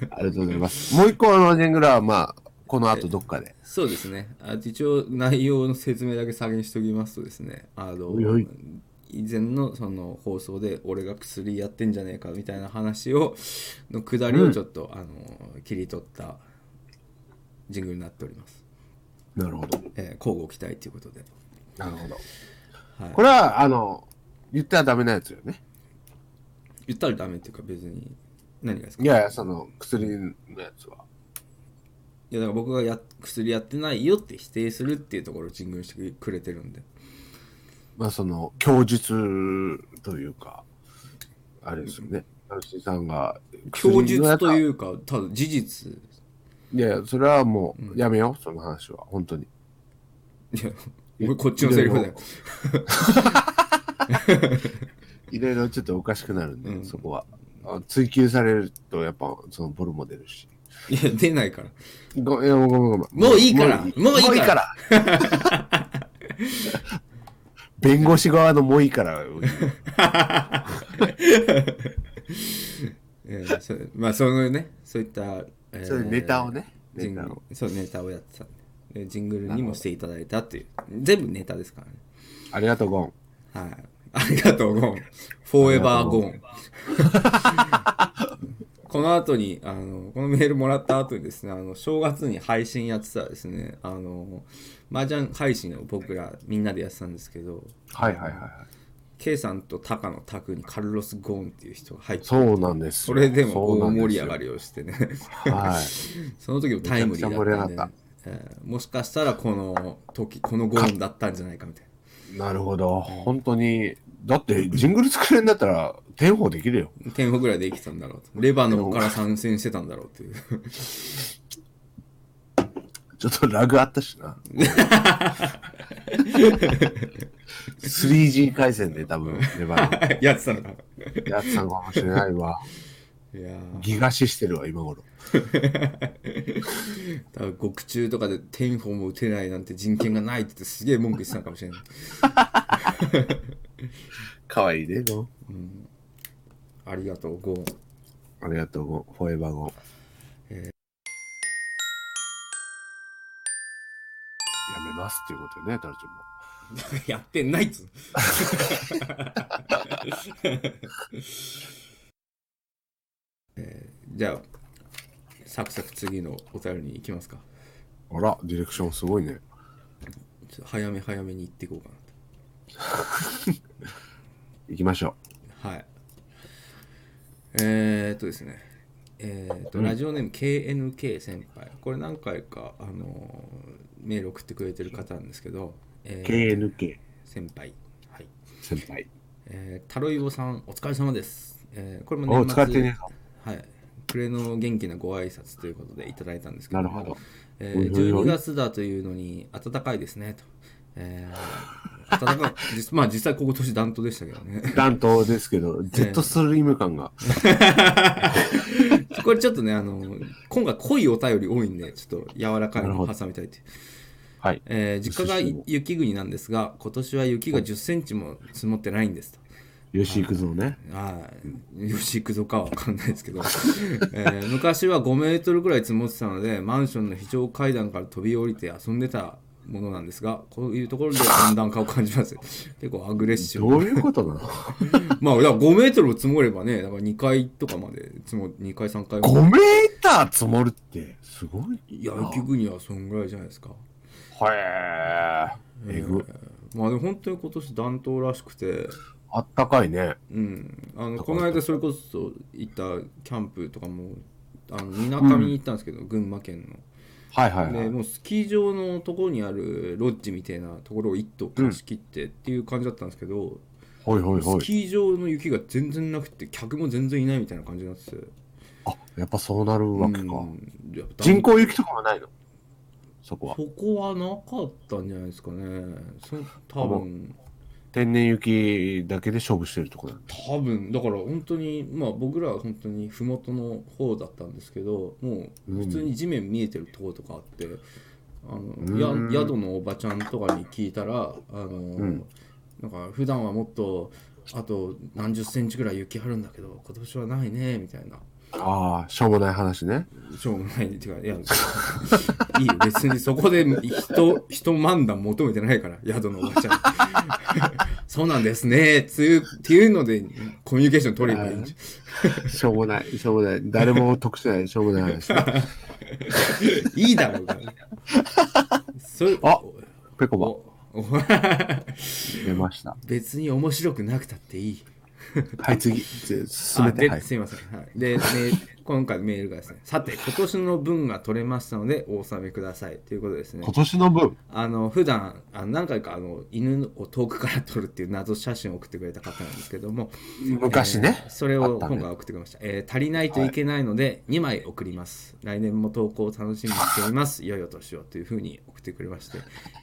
ありがとうございます。もう一個あのジングルは、まあ、この後どっかで。
そうですね。あ一応内容の説明だけ先にしておきますとですね、あの
いはい
以前のその放送で俺が薬やってんじゃねえかみたいな話をのくだりをちょっと、あの切り取ったジングルになっております。
なるほど。
えー、交互期待ということで。
なるほど。
はい
これは、あの、言ったらダメなやつよね。
言ったらダメっていうか別に何がですか
いやいや、その、薬のやつは。
いやだから僕がや薬やってないよって否定するっていうところをジングルにしてくれてるんで。
まあ、その、供述というか、あれですよね。吉井さんが、。
供述といううか、ただ事実。
いやいや、それはもう、やめよう、その話は。本当に。
いや、俺こっちのセリフだよ。
いろいろちょっとおかしくなるんで、
うん
そこは。あ追求されると、やっぱ、そのボルも出るし。
いや、出ないから。
ごいやごめんごめんごめん
もういいからもういいから
ら 弁護士側のもういいから。
えーそまあ、そのね、そういった、えー
そういうネタをね
ジングル
ネタを
そう、ネタをやってたんで。でジングルにもしていただいたっていう。全部ネタですからね。
ありがとう、ゴン。
はい。ありがとう、ゴーン。フォーエバーゴ ーン。この後に、あの、このメールもらった後にですね、あの、正月に配信やってたですね、あの、麻雀配信を僕らみんなでやってたんですけど、
はいはいはいはい。
K さんとタカのタクにカルロス・ゴーンっていう人が入って
そうなんですよ。
それでも
そうな
大
んですよ
盛り上がりを してね、
はい。
その時もタイムリーだったんで
めちゃく
ね、えーもしかしたらこの時、このゴーンだったんじゃないかみたい
なるほど。本当に。だって、ジングル作れんだったら、天保できるよ。
な。天保ぐらいで生きてたんだろうと。レバノンから参戦してたんだろうっ ていう。
ちょっとラグあったしな。3G 回線で多分、レバー
やってたのか。
のやってたのかもしれないわ。
いやー
ギガ死してるわ、今頃。
だから獄中とかで天保も打てないなんて人権がないって言ってすげえ文句言ってたのかもしれない。
かわいいね、ゴン
ありがとう、ゴーン。
ありがとう、ゴンフォーエバーゴン。やめますっていうことよね、タルチも。
やってないっつうの。えーじゃあ、サクサク次のお便りに行きますか。
あら、ディレクションすごいね。
ちょっと早め早めに行っていこうか
行きましょ
なと。はい。えー、っとですね。えーっと、ラジオネーム KNK 先輩。これ何回か、あのーメール送ってくれてる方なんですけど、え
う。
ー
KNK
先輩。はい。
先輩。
えー、タロイボさん、お疲れ様です。えーこれも
お
年
う、
末
使ってねえぞ。
はい。暮れの元気なご挨拶ということでいただいたんですけど
なるほど。
えー、12月だというのに暖かいですねと、えー、 暖かい実まあ実際ここ年暖冬でしたけどね
暖冬ですけど、ジェットストリーム感が。
これちょっとねあの今回濃いお便り多いんでちょっと柔らかいのを挟みたいっていう
はい。
えー実家が雪国なんですが今年は雪が1 0センチも積もってないんですと。
よし、行くぞね。
ああよし行くぞかは分かんないですけど、えー昔は5メートルぐらい積もってたのでマンションの非常階段から飛び降りて遊んでたものなんですがこういうところで温暖化を感じます結構アグレッシブ
どういうことな の
まあだから5メートルも積もればねだから2階とかまで積も2階3階ま
?5
で
メーター積もるって、すごい。
いや雪国はそんぐらいじゃないですか
はえー。えぐ。
まあでも本当に今年暖冬らしくて
あったかいね。
うん、あのこの間それこそ行ったキャンプとかもあのみなかみに行ったんですけど、群馬県
はいはい
の
は
で
い。
もうスキー場のところにあるロッジみたいなところを一棟貸し切ってっていう感じだったんですけど、
ほいほいほ
ス
い。
キー場の雪が全然なくて客も全然いないみたいな感じになってて、
あ、やっぱそうなるわけか。
うんやっぱ
人工雪とかもないのそこは。
そこはなかったんじゃないですかねそ多分
天然雪だけで勝負してるとこだ。
多分だから本当にまあ僕らは本当に麓の方だったんですけどもう普通に地面見えてるとことかあって、あ
う
の
ん
や宿のおばちゃんとかに聞いたらあの、
ん
なんか普段はもっとあと何十センチぐらい雪あるんだけど今年はないねみたいな
ああ、しょうもない話ね。
しょうもないっていうかいや いいよ別にそこで人人漫談求めてないから宿のおばちゃん そうなんですねつうっていうのでコミュニケーション取ればいいんじゃ ん
しょうもない、しょうもない。誰も得してない、しょうもない話。
いいだろうが。 それ
あぺこば、
おお
出ました。
別に面白くなくたっていい。
はい、次、ぜ進めて。
あ
はい。
ですいません。はい、で、ね、今回メールがですね、さて、今年の分が取れましたので、お納めくださいということですね
今。年の分、
あの普段あの何回かあの犬を遠くから撮るっていう謎写真を送ってくれた方なんですけども、
昔ね
えーそれ
あ
を
った
今
ね
回送ってくれましたえー足りないといけないので2枚送ります、来年も投稿を楽しみにしております良いお年をというふうに送ってくれまして、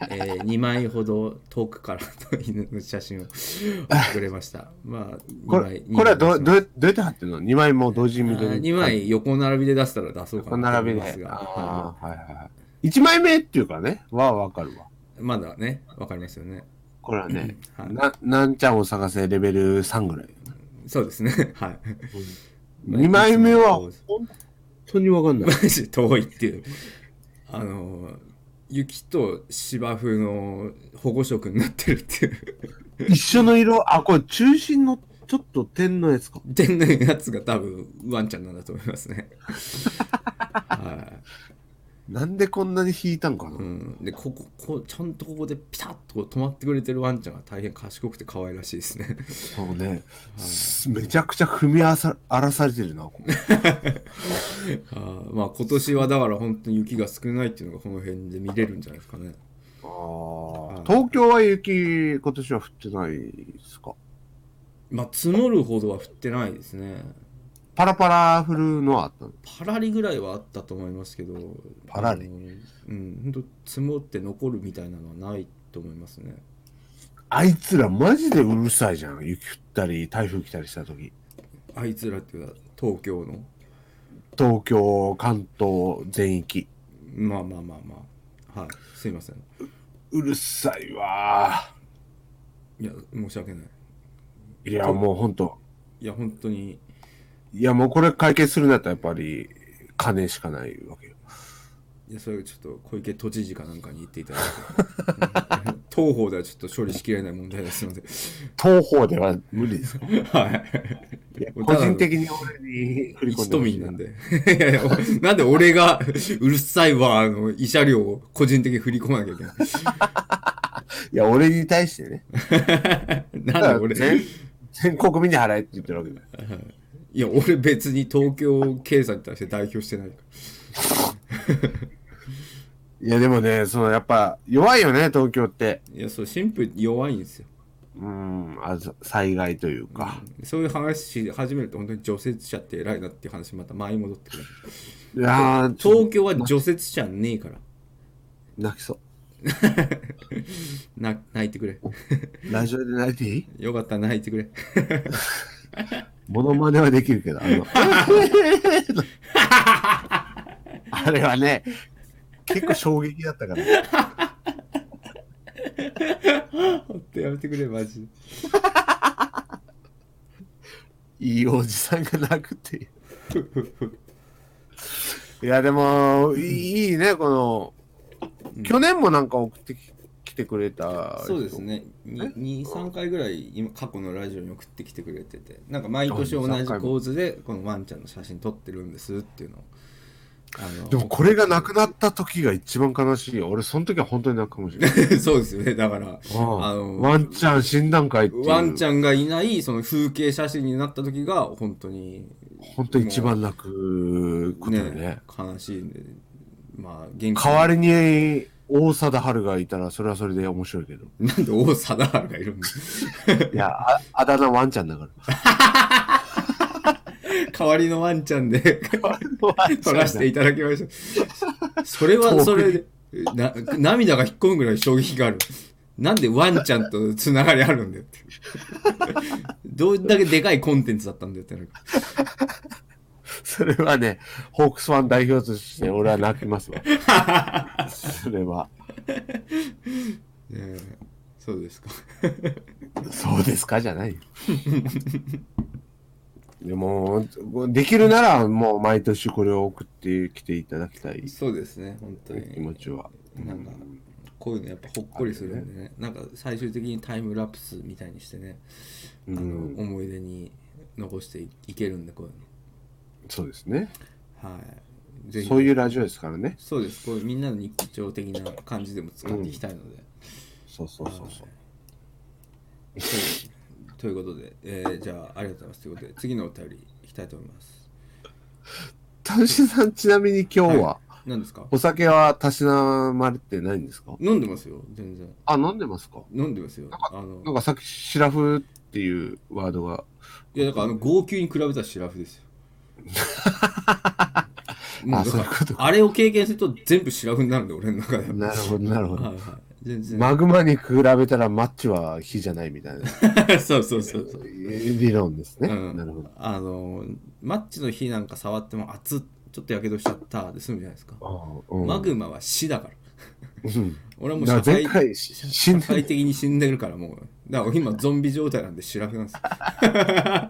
え 2枚ほど遠くからの犬の写真を送ってくれましたまあ
こ
2枚
れ、これはどうど
う
うやどうやって貼ってるの ?2 枚も同時見で。
2枚横並びで出したら出そうか
横
なと
並び
思いま。
です
が、は
ああ、はいはいはい。1枚目っていうかね、はわかるわ。
いまだねわかりますよね
これはね、
はい
ななんちゃんを探せレベル3ぐらい。
そうですね はい
2枚目は本当にわかんない。
マジ遠いっていうあの雪と芝生の保護色になってるってい う
一緒の色、あ、これ中心のちょっと点のやつか。
天然やつが多分ワンちゃんなんだと思いますね、は
なんでこんなに引いたんかな、
いうん、でこここうちゃんとここでピタッとこう止まってくれてるワンちゃんが大変賢くて可愛らしいですね
そうね、すめちゃくちゃ踏み荒らさ荒らされてるな、これ
あーまあ今年はだから本当に雪が少ないっていうのがこの辺で見れるんじゃないですかね
あー東京は雪、今年は降ってないですか
まあ積もるほどは降ってないですね
パラパラ降るのはあったの
パラリぐらいはあったと思いますけど
パラリ
あのうん本当積もって残るみたいなのはないと思いますね
あいつらマジでうるさいじゃん。雪降ったり、台風来たりした時。
あいつらっていうのは東京の
東京、関東、全域。
まあまあまあまあはいすいません
うるさいわ
いや申し訳ない
ー。いや、もうほんと。
いや本当に
いや、もうこれ解決するんだったらやっぱり、金しかないわけよ。
いやそれちょっと小池都知事かなんかに言っていただ いて東方ではちょっと処理しきれない問題ですので
東方では無理です。
はい
いや個人的に俺に振り込
一
んで
都
ほしいな
民なんで。いやいや、なんで俺がうるさいわ、あの、慰謝料を個人的に振り込まなきゃいけない。
いや、俺に対してね。
なんで俺、
全全国民に払えって言ってるわけだよ。
いや、俺別に東京経済に対して代表してないか
いや、でもね、そのやっぱ弱いよね、東京って。
ら。いや、そう、シンプルに弱いんですよ。
うん、あざ災害というか。
そういう話し始めると本当に除雪車って偉いなっていう話また舞い戻ってくる
いやー、
東京は除雪車ねえから
泣きそう。
な泣いてくれ
ラジオで泣いていい
よかったら泣いてくれ
モノマネはできるけど、あ の、あれはね、結構衝撃だったから。
ほんとやめてくれマジで
いいおじさんが泣くってい う。いや、でも、いいいね、こ
う
の、
ん
去年もなんか送ってき来てくれた。
そうです。ね23回ぐらい今過去のラジオに送ってきてくれててなんか毎年同じ構図でこのワンちゃんの写真撮ってるんですっていうのをあの
でもこれがなくなった時が一番悲しいよ。俺、その時は本当に泣くかもしれない。
そうですよねだから
うん
あの
ワンちゃん診断会っていう。
ワンちゃんがいないその風景写真になった時が本当に
本当に一番泣くことよね。
悲しいんでまあ元気
代わりに、大貞治がいたら、それはそれで面白い けど。
なんで王貞治がいるんだ
いや、ああだ名ワンちゃんだから。
代わりのワンちゃんで 撮らせていただきました それはそれでな涙が引っ込むぐらい衝撃があるなんでワンちゃんとつながりあるんだよって どうだけでかいコンテンツだったんだよってなんか
それはね、ホークスファン代表として俺は泣きます わ。それは。
ねえそうですか
そうですかじゃないよ。でも、できるならもう毎年これを送ってきていただきたい
そうですね本当に
気持ちは。
なんかこういうのやっぱほっこりするんでねなんか最終的にタイムラプスみたいにしてね、
う
あの
ん、
思い出に残していいけるんでこういう
そうですね。
のはいぜひ
そういうラジオですからね。
そうですこういうみんなの日常的な感じでも使っていきたいので、
そうそうそうそう。
はいということで、えーじゃあありがとうございますということで次のお便りいきたいと思います
田しさん、ちなみに今日は、
何ですか
お酒はたしなまれてないんですか
飲んでますよ全然
あ、飲んでますか
飲んでますよあの
なんかさっき、シラフっていうワードが
いやだからあの号泣に比べたらシラフ ですよもうだ
そう
か
いうこと
らあれを経験すると全部シラフになるんで俺の中では
なるほど、なるほ
はい
ど。
はい全然、
マグマに比べたらマッチは火じゃないみたいな
そうそうそうそう、
理論ですね。
うん、
なるほど。
あのマッチの火なんか触っても熱っちょっとやけどしちゃったで済むじゃないですか、
ああうん
マグマは死だから
うん
俺はもう
だ
社
から前
会
回し死ん
社
で
会的に死んでるからもうだから今ゾンビ状態なんでシラフなんですよ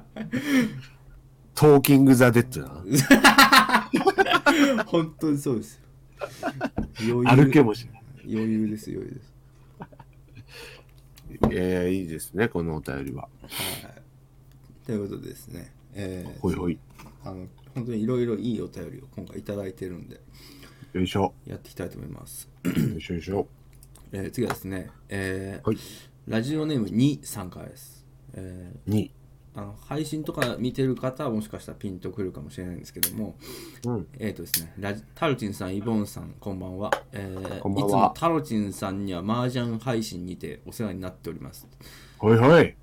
トーキング・ザ・デッドだな。
本当にそうですよ余裕
歩けもしない。
余裕です余裕です
いやいや、いいですね、このお便りは。
ということでですね、えー
ほいほい。
あの本当にいろいろいいお便りを今回いただいてるんで
よいしょ。
やっていきたいと思います、
よいしょよいしょ。
えー次はですね、えー
はい
ラジオネーム2参加です、え
2。
ーあの配信とか見てる方はもしかしたらピンとくるかもしれないんですけども、
うん。
えーとですね、ラジタロチンさん、イボンさん、こんばんは。えー
こんばんはい
つもタロチンさんには麻雀配信にてお世話になっております。
ほいほい。
はい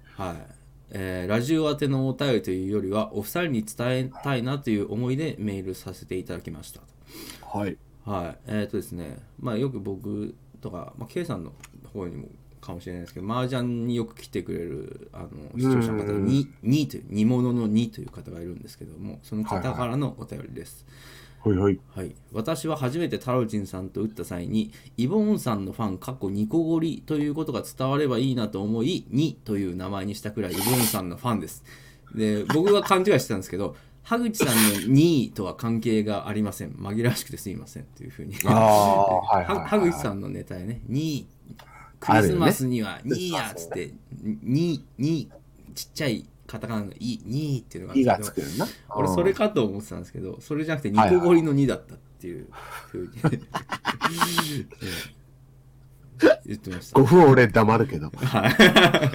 えーラジオ宛てのお便りというよりは、お二人に伝えたいなという思いでメールさせていただきました。
はい。
はい、えー、とですね、まあ、よく僕とか、まあ、K さんの方にもかもしれないですけど、麻雀によく来てくれるあの視聴者の方
うん
に、にという、煮物の2という方がいるんですけども、その方からのお便りです。
ほいほい。
はい、私は初めてタロジンさんと打った際にイボーンさんのファン過去ニコゴリということが伝わればいいなと思い「に」という名前にしたくらいイボーンさんのファンですで僕は勘違いしてたんですけど羽口さんの「に」とは関係がありません紛らわしくてすいませんというふうに
ああ、はいはい、
は
はい。
羽口さんのネタやね「に」ク
あ
リ
るよね
スマスには「に」や
クリスマ
つ
ス
って「に」にちっちゃいカタカナの「い」「に」っていうのがある
火
んです
が
けど
つくよな。
俺それかと思ってたんですけどそれじゃなくてニコゴリの2だったっていうふうに、言ってました。
5分俺黙るけど。
は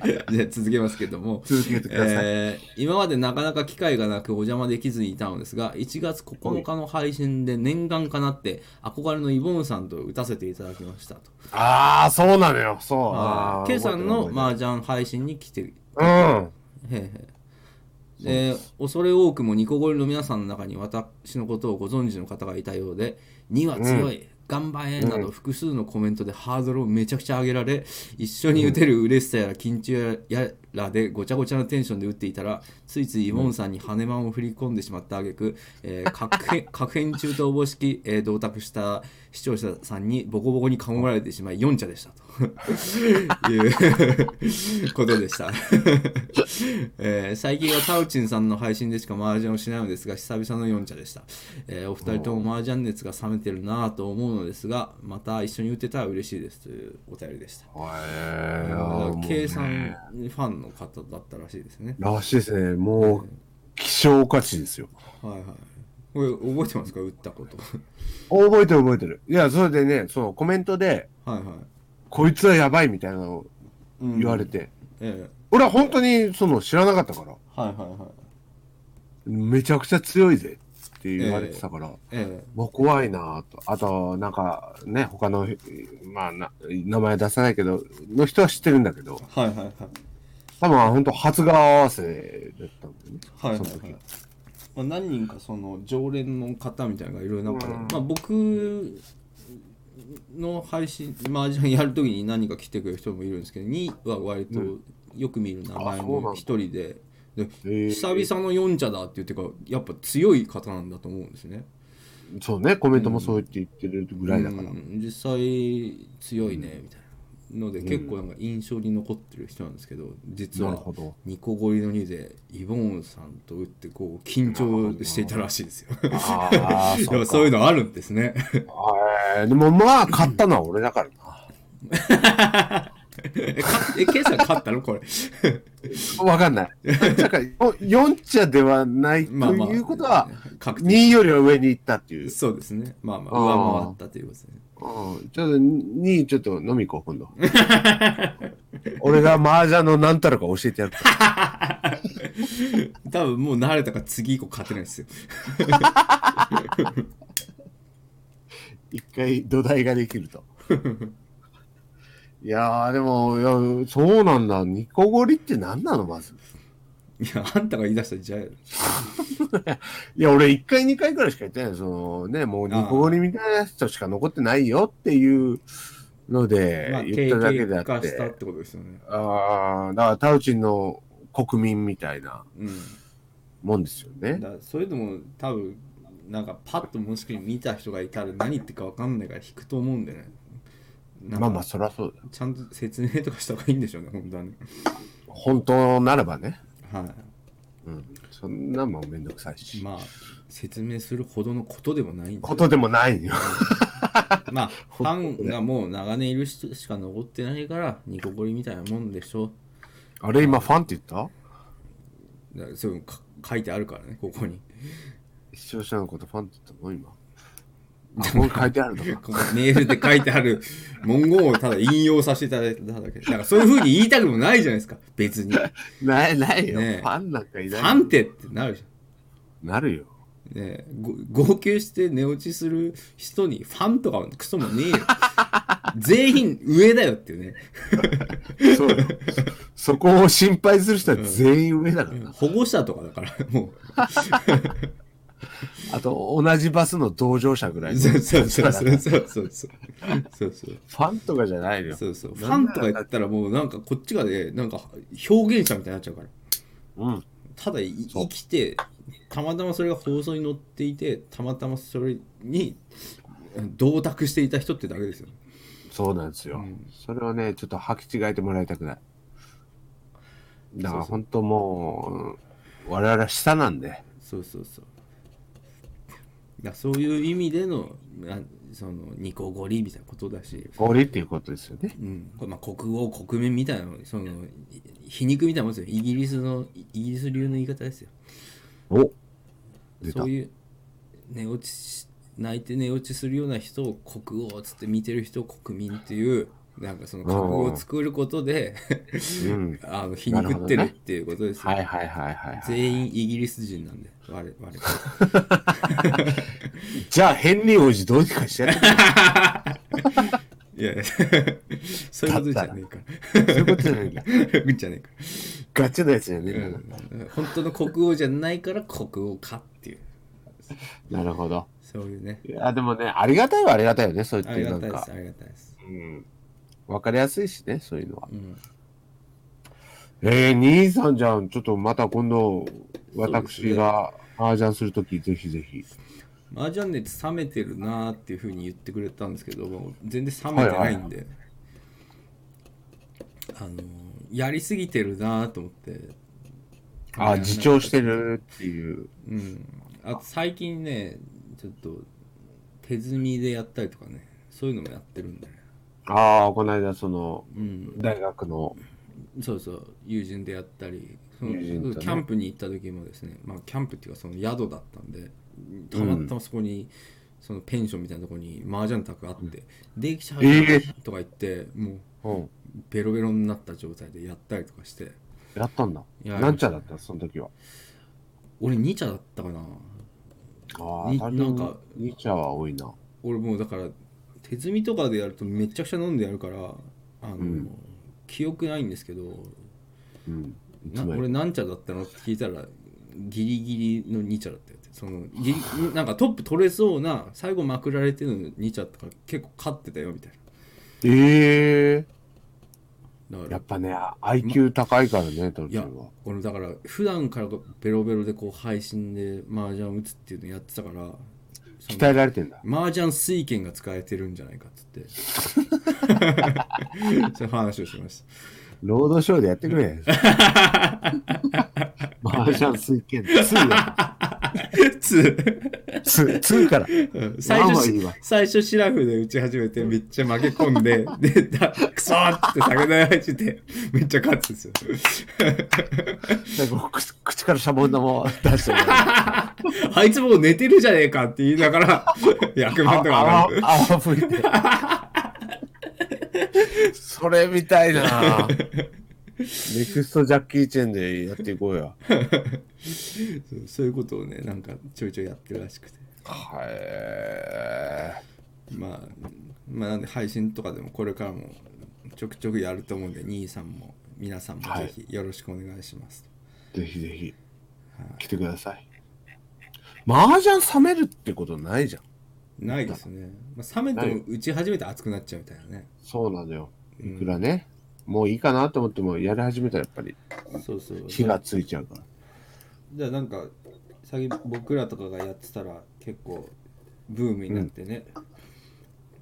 い。じゃあ続けますけども。
続けてください。
えー今までなかなか機会がなくお邪魔できずにいたのですが1月9日の配信で念願かなって憧れのイボンさんと打たせていただきましたと
ああ、そうなのよ。そう。あ
はい
ー
K さん
覚
の
えてる覚
麻雀配信に来てる
えてるうん。
へーへーえー恐れ多くもニコゴリの皆さんの中に私のことをご存知の方がいたようで「2は強い」頑張れなど複数のコメントでハードルをめちゃくちゃ上げられ一緒に打てる嬉しさやら緊張やらでごちゃごちゃなテンションで打っていたらついついイボンさんに羽まんを振り込んでしまった挙句えー核変核変中とおぼしき、えー、同卓した視聴者さんにボコボコにかもられてしまい4茶でしたと いうことでした。 えー最近はタウチンさんの配信でしか麻雀をしないのですが久々の四茶でした、えーお二人とも麻雀熱が冷めてるなぁと思うのですがまた一緒に打てたら嬉しいですというお便りでした
ええ
だから
もう
K さんファンの方だったらしいですね
らしいですね。もう、希少価値ですよ。
はいはいこれ覚えてますか打ったこと
覚えてる覚えてる。いや、それでね、そのコメントで、
はいはい、
こいつはやばいみたいなのを
うん
言われて、
え
俺は本当にその知らなかったから、
えはいはいはい
めちゃくちゃ強いぜって言われてたから、
え
もう怖いなぁと。あと、なんかね、他の、まあな、名前出さないけど、の人は知ってるんだけど、
えはいはいはい
多分本当初顔合わせだったんだよね。
はいはい
そ
は
の時
いまあ、何人かその常連の方みたいなのがいる中で、
うん
まあ、僕の配信麻雀やる時に何人か来てくれる人もいるんですけど2は割とよく見る名前
あそうなん
の
だ
一人で,、で
へえ
久々の四茶だって言ってからやっぱ強い方なんだと思うんですね。
そうね、コメントもそう言って言ってるぐらいだから。
うん実際強いねみたいなので、結構なんか印象に残ってる人なんですけど実
な
は
るほど
ニコゴリの2でイボーンさんと打ってこう緊張していたらしいですよ。 やっ
ああ、そう
ぱ
か
そういうのあるんですね。
えーでもまあ、買ったのは俺だからな。
え、かえケイさん勝ったのこ れ。
わかんない。 だから、4茶ではないと
まあまあ
いうことは、
確定。
2よりは上に行ったっていう。うん、ち
そうですね。まあまあ
あー
上回ったということですね。
ょっと2、ちょっと飲み行 こう、今度。俺が麻雀の何たるか教えてやるから。
多分もう慣れたから次以降勝てないですよ。
一回土台ができる と。いやー、でも、いや、そうなんだ。ニコゴリって何なの、まず。
いや、あんたが言い出したらじゃあ、
いや、俺1回2回くらいしかやってない。そのね、もうニコゴリみたいな人しか残ってないよっていうの
まあ、
で、言
経
っただけ
験
であっ。
化したっててことですよね。
ああ、だからタウチンの国民みたいな
うん。
もんですよね。
だからそれでも多分なんかパッともしくに見た人がいたら何言ってか分かんないから引くと思うんでねな
ま
んか
あまあ、そりゃそうだよ。
ちゃんと説明とかした方がいいんでしょうね本当はね
本当ならばね。
は
うん。そんなもんめんどくさい
い
し。
まあ説明するほどのことでもないんで
ことでもない よ。
まあファンがもう長年いる人しか残ってないからニコゴリみたいなもんでしょ
あれ、今、ファンって言った
だからそういうのか書いてあるからねここに
視聴者のことファンって言ったの今。あ、ここに書いてあるのか。
このメールで書いてある文言をただ引用させていただいただけだからそういうふうに言いたくもないじゃないですか別 にフ
ない、ないよ。フ
ねえ
ァンなんかいない。
ァンってってなるじゃん
なるよ。
ねえ、ご号泣して寝落ちする人にファンとかクソもねえよ全員上だよっていうね
そうよそこを心配する人は全員上だからな。
保護者とかだからも
あと、同じバスの同乗者ぐらいうの。
そうそう
人
そ
だ
う
か
そ
ら
うそうそうそうそうそう
ファンとかじゃないよ。
そうそうファンとか言ったらもうなんかこっちがねなんか表現者みたいになっちゃうから
うん。
ただい生きてたまたまそれが放送に載っていてたまたまそれに同卓していた人ってだけですよ
そうなんですよ。
うん
それをね、ちょっと履き違えてもらいたくない。だから本当もう、うん我々は下なんで。
そうそうそういやそういう意味でのなそのニコゴリみたいなことだし、
ゴリっていうことですよね。
うんこれまあ、国王国民みたいなそのい皮肉みたいなもんですよイギリスのイイギリス流の言い方ですよ
お出た
そういう寝落ちし泣いて寝落ちするような人を国王っつって見てる人を国民っていうなんかその国王を作ることで
うん。
あの皮肉ってるっていうことですよ、
はいはいはいはい、はい。
全員イギリス人なんで我々
じゃあ、ヘンリー王子どうにかしてやってくれ
いやいや そういうことじゃねえか
そ
ら
ういうことじゃないんだ。
うんじゃね
ガチのやつだよね。
えから、うん、本当の国王じゃないから国王かっていう
なるほど。
そういうね
いや、でもね、ありがたいはありがたいよね、そう言
あ
っ
り
てな
が
ん
たいで
か
す。ありがたいです、
うん。わかりやすいしね、そういうのは。
うん、
えー、兄さんじゃん。ちょっとまた今度、
そうですね
私が、麻雀するとき、ぜひぜひ。
麻雀熱冷めてるなーっていうふうに言ってくれたんですけど全然冷めてないんで、あのーやりすぎてるなーと思って
あ、自重してるっていう。
うんあと最近ねちょっと手積みでやったりとかねそういうのもやってるんでね
ああ、この間、その、
うん
大学の、
そうそう友人でやったりその
友人とね
キャンプに行った時もですね、まあ、キャンプっていうかその宿だったんでたまたまそこに、そのペンションみたいなとこに麻雀卓あって「できちゃう
ええ
とか言ってもう
うん、
ベロベロになった状態でやったりとかして
やったんだ。
いや
なんちゃだった、その時は。
俺2茶だったかな
ああ、
に
単
なん
純
か
に、ニチャは多いな。
俺もうだから手摘みとかでやるとめちゃくちゃ飲んでやるからあの、
ん
記憶ないんですけど
うん。い
な
つもや
俺
る
何茶だったのって聞いたらギリギリの2茶だったよってその ギリなんかトップ取れそうな最後まくられてるの2茶とから結構勝ってたよみたい
ええ
なだか
や
ら
っぱね、IQ 高いからね、トル
い
チ
や
ンは。
俺だから普段からベロベロでこう配信で麻雀打つっていうのやってたからその
鍛えられてんだ。
麻雀水拳が使えてるんじゃないかっつって そういう話をしました
ロードショーでやってくれ。マージャン水拳2だ。2, 2から。
最
まあまあ
初
いい
し
わ
最初シラフで打ち始めてめっちゃ負け込ん ででだクソーって酒飲み始めてめっちゃ勝つんですよ
最後、口口からシャボン玉を出してもらう。
あいつもう寝てるじゃねえかって言いなが ら役
あ
満と
泡
か
を泡吹いて。それみたいな。ネクストジャッキーチェンでやっていこうよ。
そうそういうことをねなんかちょいちょいやってるらしくて
は
まあまあなんで配信とかでもこれからもちょくちょくやると思うんで兄さんも皆さんもぜひよろしくお願いします、
い。ぜひぜひ、来てください。麻雀冷めるってことないじゃん。
ないですね、まあ、冷めても打ち始めて熱くなっちゃうみたいなね
そうなのよ。いくらね、もういいかなと思っても、やり始めたらやっぱり
そうそう
火がついちゃうから。
じゃあなんか最近僕らとかがやってたら結構ブームになってね、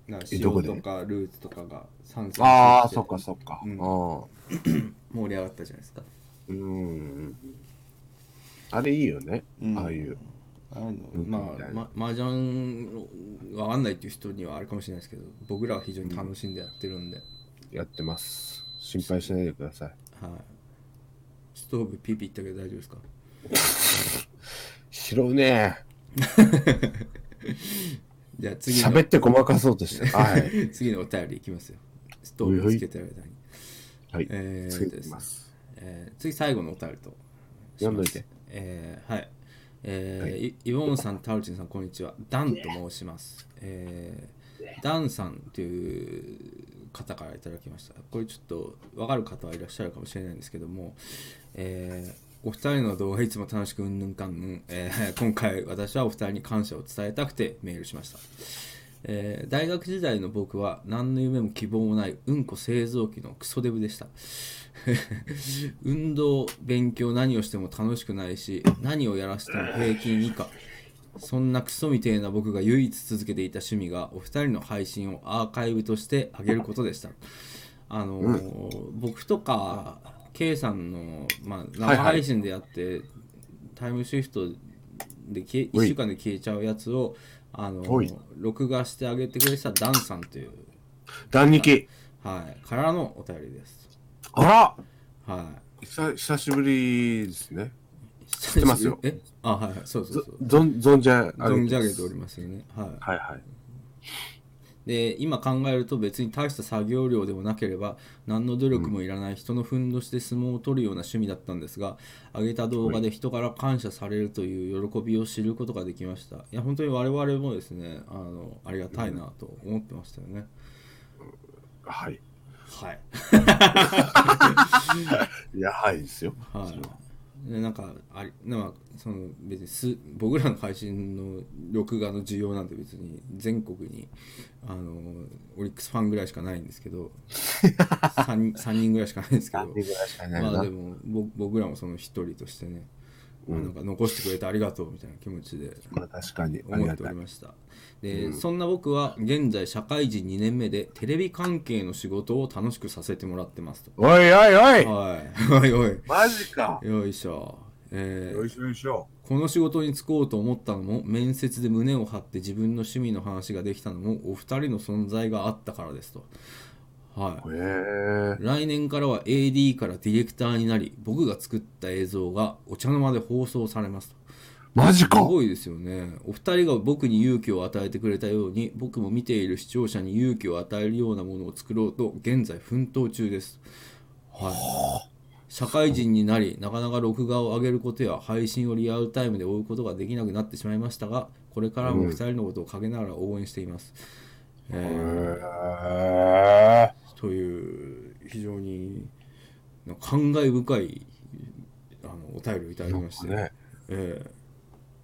なんか
え
塩
どこで
とかルーツとかが参戦して
ああ、そっかそっか。
うん
う
盛り上がったじゃないですか
ん。うん。あれいいよね。
うん
ああいう。
あの
ん
ま
みたい
あま麻雀わかんないっていう人にはあれかもしれないですけど僕らは非常に楽しんでやってるんで、
やってます。心配しないでください。
はいストーブピーピー言ったけど大丈夫ですか
白うね。
じゃあ次の
喋ってごまかそうと して。はい。
次のお便りいきますよストーブつけてる間に、
はい。
えー
つけてます。
えー次最後のお便りと
読んどいて。
えーはい。えーいイボーンさん、タウチンさん、こんにちは。ダンと申します。えーダンさんという方からいただきました。これちょっと分かる方はいらっしゃるかもしれないんですけども、えーお二人の動画いつも楽しくうんぬんかんぬん、えー今回私はお二人に感謝を伝えたくてメールしました。えー大学時代の僕は何の夢も希望もないうんこ製造機のクソデブでした 運動勉強何をしても楽しくないし何をやらせても平均以下そんなクソみてえな僕が唯一続けていた趣味がお二人の配信をアーカイブとして上げることでしたあのー僕とか K さんの、まあ、
はい
生配信でやって、タイムシフトで消え
お
1
い
週間で消えちゃうやつをあの
おい
録画してあげてくれてたダンさんという、
断食。
はい、からのお便りです。
あら
はい
久久しぶりですね。
知
ってますよ
えあ、はいはい、そうそうそう。
存存じ上
存じ上げ
ます
ておりますよね。はい。
はいはい。
で今考えると別に大した作業量でもなければ何の努力もいらない人のふんどしで相撲を取るような趣味だったんですが上げた動画で人から感謝されるという喜びを知ることができましたいや本当に我々もですねあのありがたいなと思ってましたよね、
はい。
はい
いや、はいですよ。
はい、でなんかありなんかその別にす僕らの配信の録画の需要なんて別に全国にあのオリックスファンぐらいしかないんです けど 3, 三人ぐらいしかないんですけど
何人ぐらいしかいないな
まあでもぼ僕らもその一人としてね、あなんか残してくれてありがとうみたいな気持ちで
まあ確かに、あり
思っ
が
てお
たい
り。ましたで、そんな僕は現在社会人2年目でテレビ関係の仕事を楽しくさせてもらってますと。
おいおいおい
はいおいおい
マジか
よいしょ、えー
よいしょよいしょ。
この仕事に就こうと思ったのも面接で胸を張って自分の趣味の話ができたのもお二人の存在があったからですと。はい
へえ。
来年からは AD からディレクターになり僕が作った映像がお茶の間で放送されますと
マジか
すごいですよねお二人が僕に勇気を与えてくれたように僕も見ている視聴者に勇気を与えるようなものを作ろうと現在奮闘中ですはい社会人になりなかなか録画を上げることや配信をリアルタイムで追うことができなくなってしまいましたがこれからも二人のことを陰ながら応援しています、え
へ
ー
え。
という非常になんか感慨深いあのお便りをいただきまして、
ね、
ええ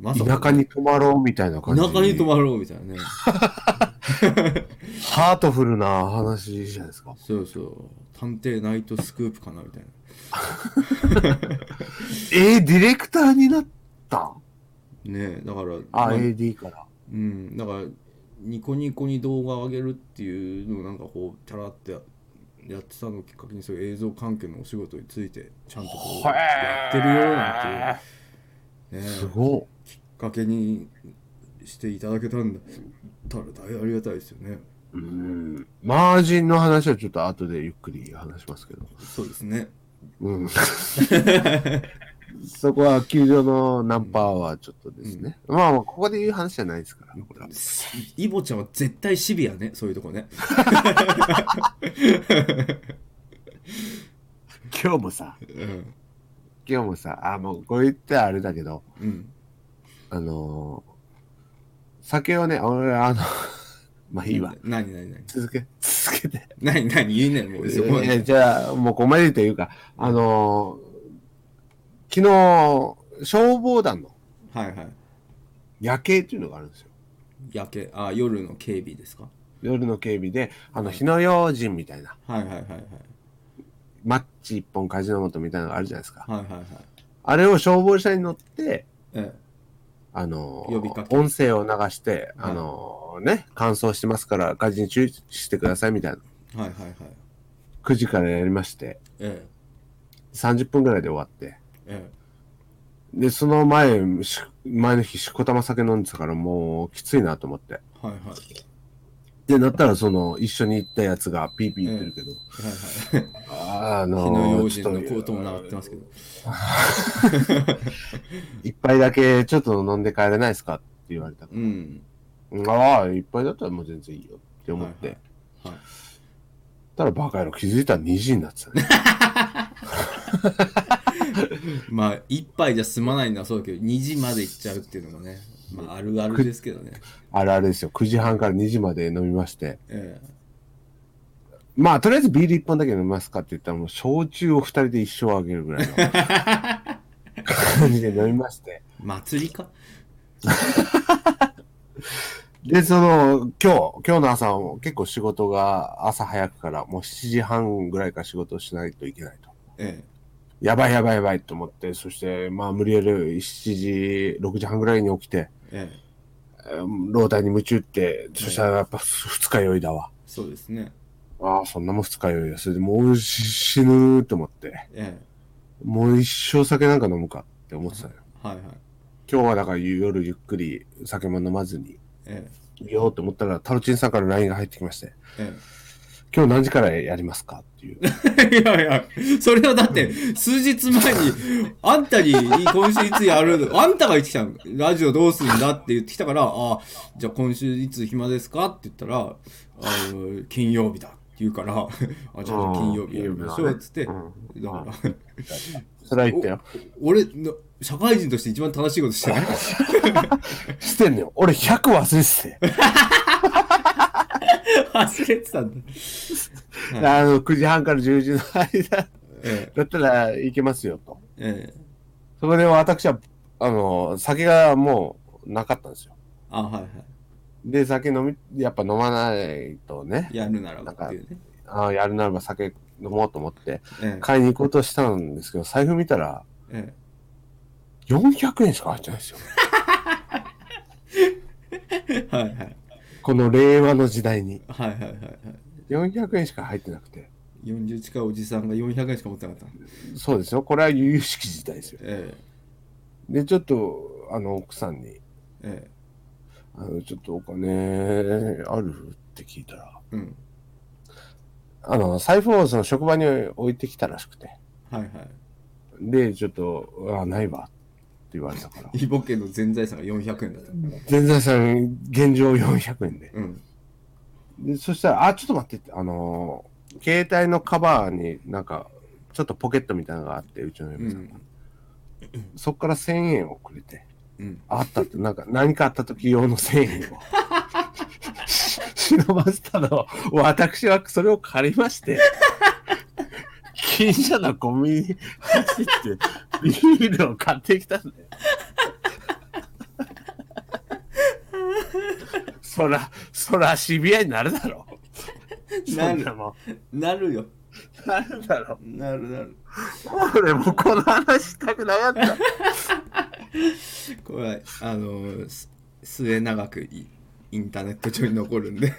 ま
田舎に泊まろうみたいな感じ。
田舎に泊まろうみたいなね
ハートフルな話じゃないですか。
そうそう探偵ナイトスクープかなみたいな
えー、ディレクターになった
ねえだから
あ、
ま
AD から。
うんだからニコニコに動画を上げるっていうのをなんかこうチャラってやってたのをきっかけにそういう映像関係のお仕事についてちゃんとこうやってるよなんていう、ねえ
すごい。
きっかけにしていただけたんだたら大変ありがたいですよね
うん。マージンの話はちょっと後でゆっくり話しますけど。
そうですね
うん。そこは球場のナンパはちょっとですね。まあまあ、ここで言う話じゃないですから。これは
イボちゃんは絶対シビアねそういうとこね
今日もさ、
うん
今日もさ、あ、もうこう言ってはあれだけど、
うん
あのー酒をね、俺、あの、 まあいいわ。
何何何
続け、続けて。
何何言いねんもうそこま
えー
で
じゃあ、もうここまでというか、あのー昨日、消防団の
はいはい
夜景っていうのがあるんですよ。
夜景あ夜の警備ですか
夜の警備で、あの、火の用心みたいな、
はいはいはいはい
マッチ一本火事の元みたいなのがあるじゃないですか。
はいはいはい
あれを消防車に乗って、
え
あの
呼びか
ー
け
音声を流して、
はい
あのーね、乾燥してますから火事に注意してくださいみたいな。
えはいはいはい
9時からやりまして、
え
30分ぐらいで終わって。
ええ
で、その前、し前の日、しこたま酒飲んでたから、もう、きついなと思って。
えはいはいはい
で、なったら、その、一緒に行ったやつが、ピーピー言ってるけど、
はい
あーあ
火の
の
用
ー、ち
心
ょ
の
っ
コー
と
トも習ってますけど
一杯だけ、ちょっと飲んで帰れないですかって言われたか
うん
ら、ああ、一杯だったらもう全然いいよって思って、
はいはいはい
たら、バカ野郎、気づいたら2時になってたね。
まあ一杯じゃ済まないのはそうだけど2時まで行っちゃうっていうのもね、まあ、あるあるですけどね、
あれあれですよ、9時半から2時まで飲みまして、
え
まあ、とりあえずビール1本だけ飲みますかって言ったら、もう、焼酎を2人で一生あげるぐらいの感じで飲みま して、
え祭りか
で、その、今日、今日の朝も結構仕事が朝早くから、もう7時半ぐらいから仕事をしないといけないと。
え
やばいやばいやばいと思って、そして、まあ無理やり7時、6時半ぐらいに起きて、
えええ
えー老体に夢中って、そしたらやっぱ二日酔いだわ。
そうですね
ああ、そんなもん二日酔いだ。それでもうし死ぬと思って、
え
もう一生酒なんか飲むかって思ってたのよ。
えはいはい
今日はだから夜ゆっくり酒も飲まずに、
え
いようと思ったら、タロチンさんから LINE が入ってきまして、
ええ
今日何時からやりますかって いう。
いやいや、それはだって、数日前に、あんたに今週いつやるの、あんたが言ってきたの、ラジオどうするんだって言ってきたから、あ、じゃあ今週いつ暇ですかって言ったら、あの金曜日だって言うから、あ、じゃあ金曜日やりましょうっつって、
う
だか
ん
ら、
それは言ったよ。
俺の、社会人として一番正しいことしてない。
してんのよ。俺100忘れてて。
忘れてたんだ。
あの、9時半から10時の間
え
だったら行けますよと。
え、ええ、
そこで私は、あの、酒がもうなかったんですよ。
あ、はいは
で、酒飲み、やっぱ飲まないとね
い。、やるならばっていうね。
あやるならば酒飲もうと思って、
え
買いに行こうとしたんですけど、財布見たら、
え、え
400円しか入ってないんですよ。
え、はいはい。
この令和の時代に。
はいはいはいはい。
400円しか入ってなくて。
40近いおじさんが400円しか持ってなかった。
そうですよ。これは由々しき事態ですよ。
ええ。
で、ちょっと、あの、奥さんに、
え
あの、ちょっとお金あるって聞いたら、
え、うん。
あの、財布をその職場に置いてきたらしくて、
はいは
で、ちょっと、あ、ないわって言われたから、
い。イボケの全財産が400円だった。
全財産、現状400円で。
うん。
で、そしたら、あ、ちょっと待ってって、あのー、携帯のカバーになんか、ちょっとポケットみたいなのがあって、うちの
う
嫁さん、
ん。
そっから1000円をくれて、
うん。
あったって、なんか、何かあった時用の1000円を。忍ばせたのを、私はそれを借りまして、近所のコンビニに走って、ビールを買ってきたんだよ。そら、そらシビアになるだろう。
なる
そんなもん
なるよ。
なるだろう。
なるなる。
俺もうこの話したくなかった。
これは、あのーす末永くいインターネット上に残るん で。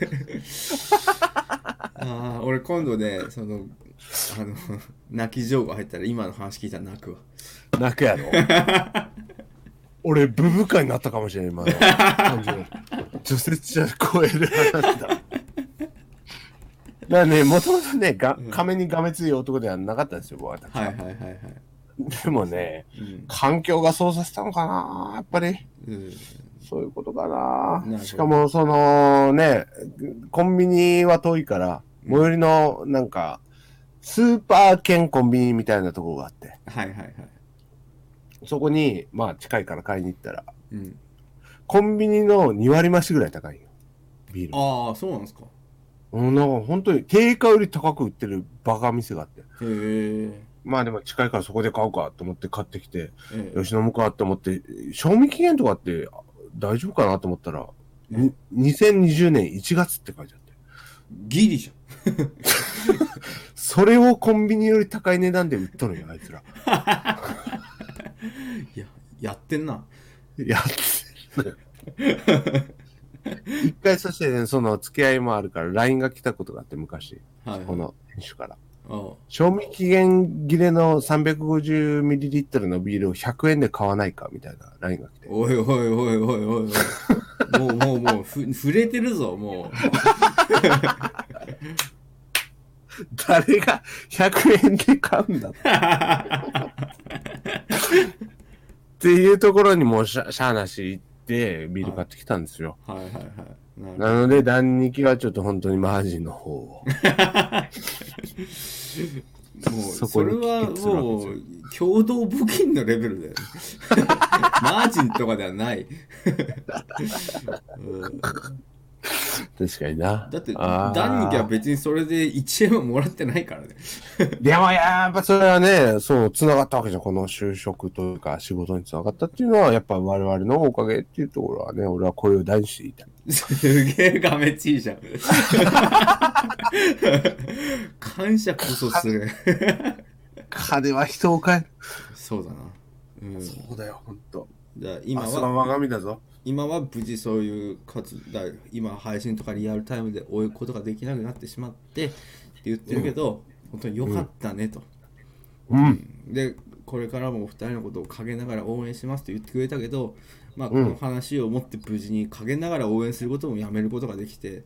ああ、俺今度ね、その、あの、泣き情報入ったら今の話聞いたら泣くわ。
泣くや ろ俺ブブカになったかもしれない 今の感じで除雪車超える話だ だからねもともとねが亀にがめつい男ではなかったんですよ僕は
はいはいはいはい。
でもね
うん。
環境がそうさせたのかなやっぱり
うん
そういうことか
るほ
な
ど
しかもそのねコンビニは遠いから最寄りのなんかスーパー兼コンビニみたいなところがあって
はいはいはい。
そこにまあ近いから買いに行ったら
うん。
コンビニの2割増しぐらい高いよ。ビール。
ああ、そうなんですか。
うん、なんか本当に定価より高く売ってるバカ店があって。
へえ。
まあでも近いからそこで買おうかと思って買ってきて、
ええ
よし飲むかと思って、賞味期限とかってあ大丈夫かなと思ったら、に2020年1月って書いてあって。
ギリじゃん。
それをコンビニより高い値段で売っとるんや、あいつら。
いや、やってんな。
やってるのよ一回そしてね、その付き合いもあるから LINE が来たことがあって昔、
はい、はい。
この店主から。
あ
賞味期限切れの 350ml のビールを100円で買わないかみたいなラインが来て。
おいおいおいおいおいおい。もうもうもうふ、触れてるぞ、も
誰が100円で買うんだっていうところにもうしゃしゃあなし行ってビール買ってきたんです よ。
う。はいはいはい。なるほど
なので、断食はちょっと本当にマージンの方 を。
もう
そ
そ
こに
れは
帰結するわけ
もう共同募金のレベルだよ、ね、マージンとかではない、うん
確かにな。
だって
あー
ダンニキは別にそれで1円ももらってないからね
でもやっぱそれはね、そう、繋がったわけじゃん。この就職というか仕事に繋がったっていうのは、やっぱ我々のおかげっていうところはね、俺はこれを大事にしていたい。
すげえがめつ いじゃん感謝こそする
金は人を変える。
そうだな、うん、
そうだよ、ほんと。
じゃあ今
その
は
我が身だぞ。
今は無事そういう活動だ今配信とかリアルタイムで追うことができなくなってしまってって言ってるけど、本当に良かったねと、
うん。
でこれからもお二人のことを陰ながら応援しますと言ってくれたけど、まあ、この話をもって無事に陰ながら応援することもやめることができて、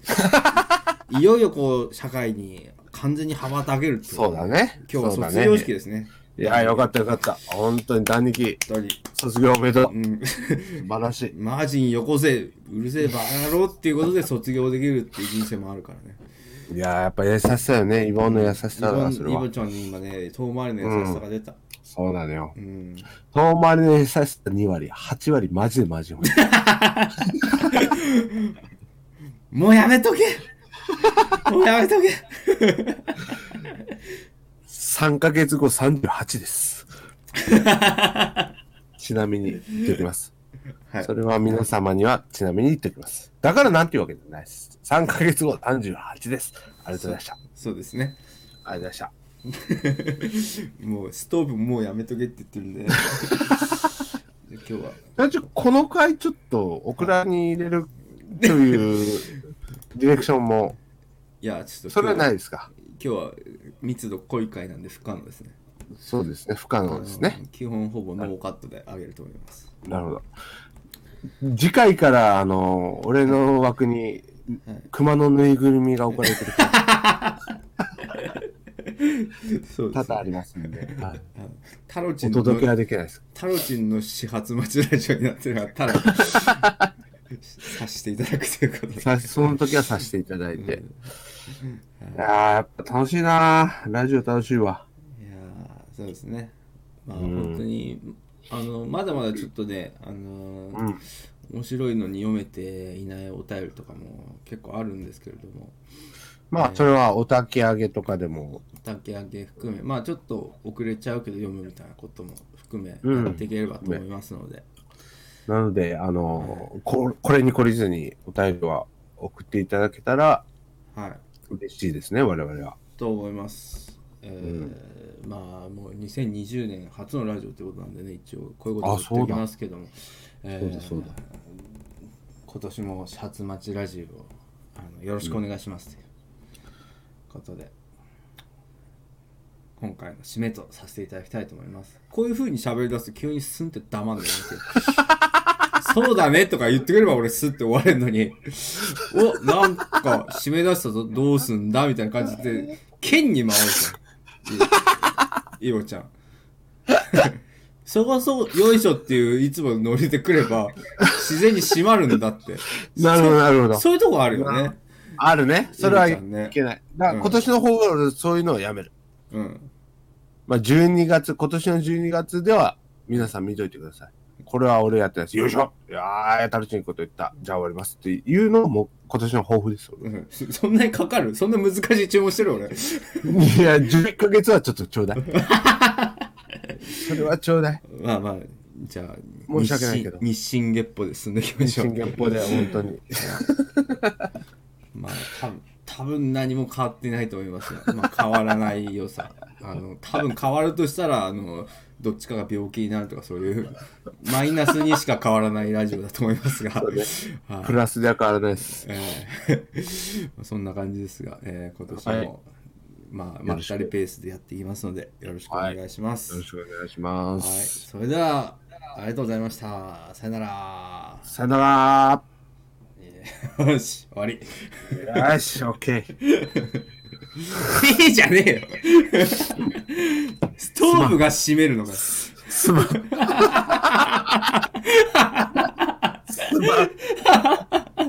いよいよこう社会に完全に羽ばたけるってい
そうだね。
今日は
そうだ
卒
ね
業式ですね
いや、よかったよかった。本当に、ダニキ、
本当に
卒業おめでとう
う。ん
素晴らしい。
マジンよこせうるせえバカ野郎っていうことで卒業できるっていう人生もあるからね
いやーやっぱ優しさよね。イボンの優しさだな、それ
イボ
は。
ちゃんに今ね遠回りの優しさが出た、
そうなのよ
う。ん、
遠回りの優しさ2割、8割、マジでマジで。
もうや めとけもうやめとけ
3ヶ月後38です。 ちなみに言っておきます。
はい
それは皆様にはちなみに言っておきます。だからなんていうわけじゃないです。3ヶ月後38です。ありがとうございました。
そうですね
ありがとうございました。
もうストーブもうやめとけって言ってるんでで今日は
社長この回ちょっとオクラに入れるという ディレクションも、
いやちょっと
それはない
い
ですか。
今日は密度濃い回なんで不可能ですね
そうですね。不可能ですね
あ。の基本ほぼノーカットであげると思います
なるほど。次回から、あの、俺の枠に
はい、
熊のぬいぐるみが置かれてる可能性
そう
多
です
々あ
ね
りますんで、はい
タロ チ
お
ンの
届けはできないです。
タロチンの始発待ちラジオになってるからタロ さしていただくということで
さその時はさせていただいて。ああ、やっぱ楽しいなーラジオ楽しいわ。
いやーそうですねまあ、
うん
本当にあのまだまだちょっとね、あのー
うん
面白いのに読めていないお便りとかも結構あるんですけれども
まあ、それはお焚き上げとかでも、
竹上げ含めまあちょっと遅れちゃうけど読むみたいなことも含め
うん
やっていければと思いますので、
なので、あのーこ、これに懲りずにお便りは送っていただけたら
はい
嬉しいですね、我々は。
と思います、えーまあもう2020年初のラジオってことなんでね一応こういうこと
あ
言っておきますけどもえー
そうだそうだ
今年も初町ラジオをあのよろしくお願いしますということで、今回の締めとさせていただきたいと思いますこういうふうに喋り出すと急にスンって黙るん だよねそうだねとか言ってくれば俺スッて終われんのにおなんか締め出したぞどうすんだみたいな感じで 剣に回るじゃんいいおちゃんそこそこよいしょっていういつものノリでく れば自然に締まるんだって
なるほど、なるほど。
そういうとこあるよね
あるね。それはい
いじゃんね
いけない。だか
うん
ら今年の方は俺そういうのをやめる。
うん
まあ、12月、今年の12月では皆さん見といてください。これは俺やってないです。よいしょいやー、タルチンこと言った。じゃあ終わります。っていうのも今年の抱負です。
うん そんなにかかるそんな難しい注文してる俺
俺 いや、11ヶ月はちょっとちょうだい。 それはちょうだい。
まあまあじゃあ
申し訳ないけど
日進日進月歩で進んでいきましょ
新
う
元法では本当に。
まあ多分多分何も変わってないと思いますよ、まあ、変わらないよさ あの多分変わるとしたらあのどっちかが病気になるとかそういうマイナスにしか変わらないラジオだと思いますが、はい
プラスでは変わらないです。
えーまあそんな感じですが、えー今年も、
はい
まあまったりペースでやっていきますのでよろしくお願いします、
よろ
はい
しくお願いします。
それではありがとうございましたさよ なら
さよなら
よし終わり
ー。よし、オッケー。
いいじゃねえよ ストーブが閉めるのが
すまん。す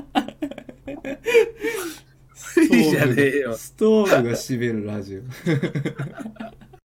まん。いいじゃねえよ。
ストーブが閉めるラジオ。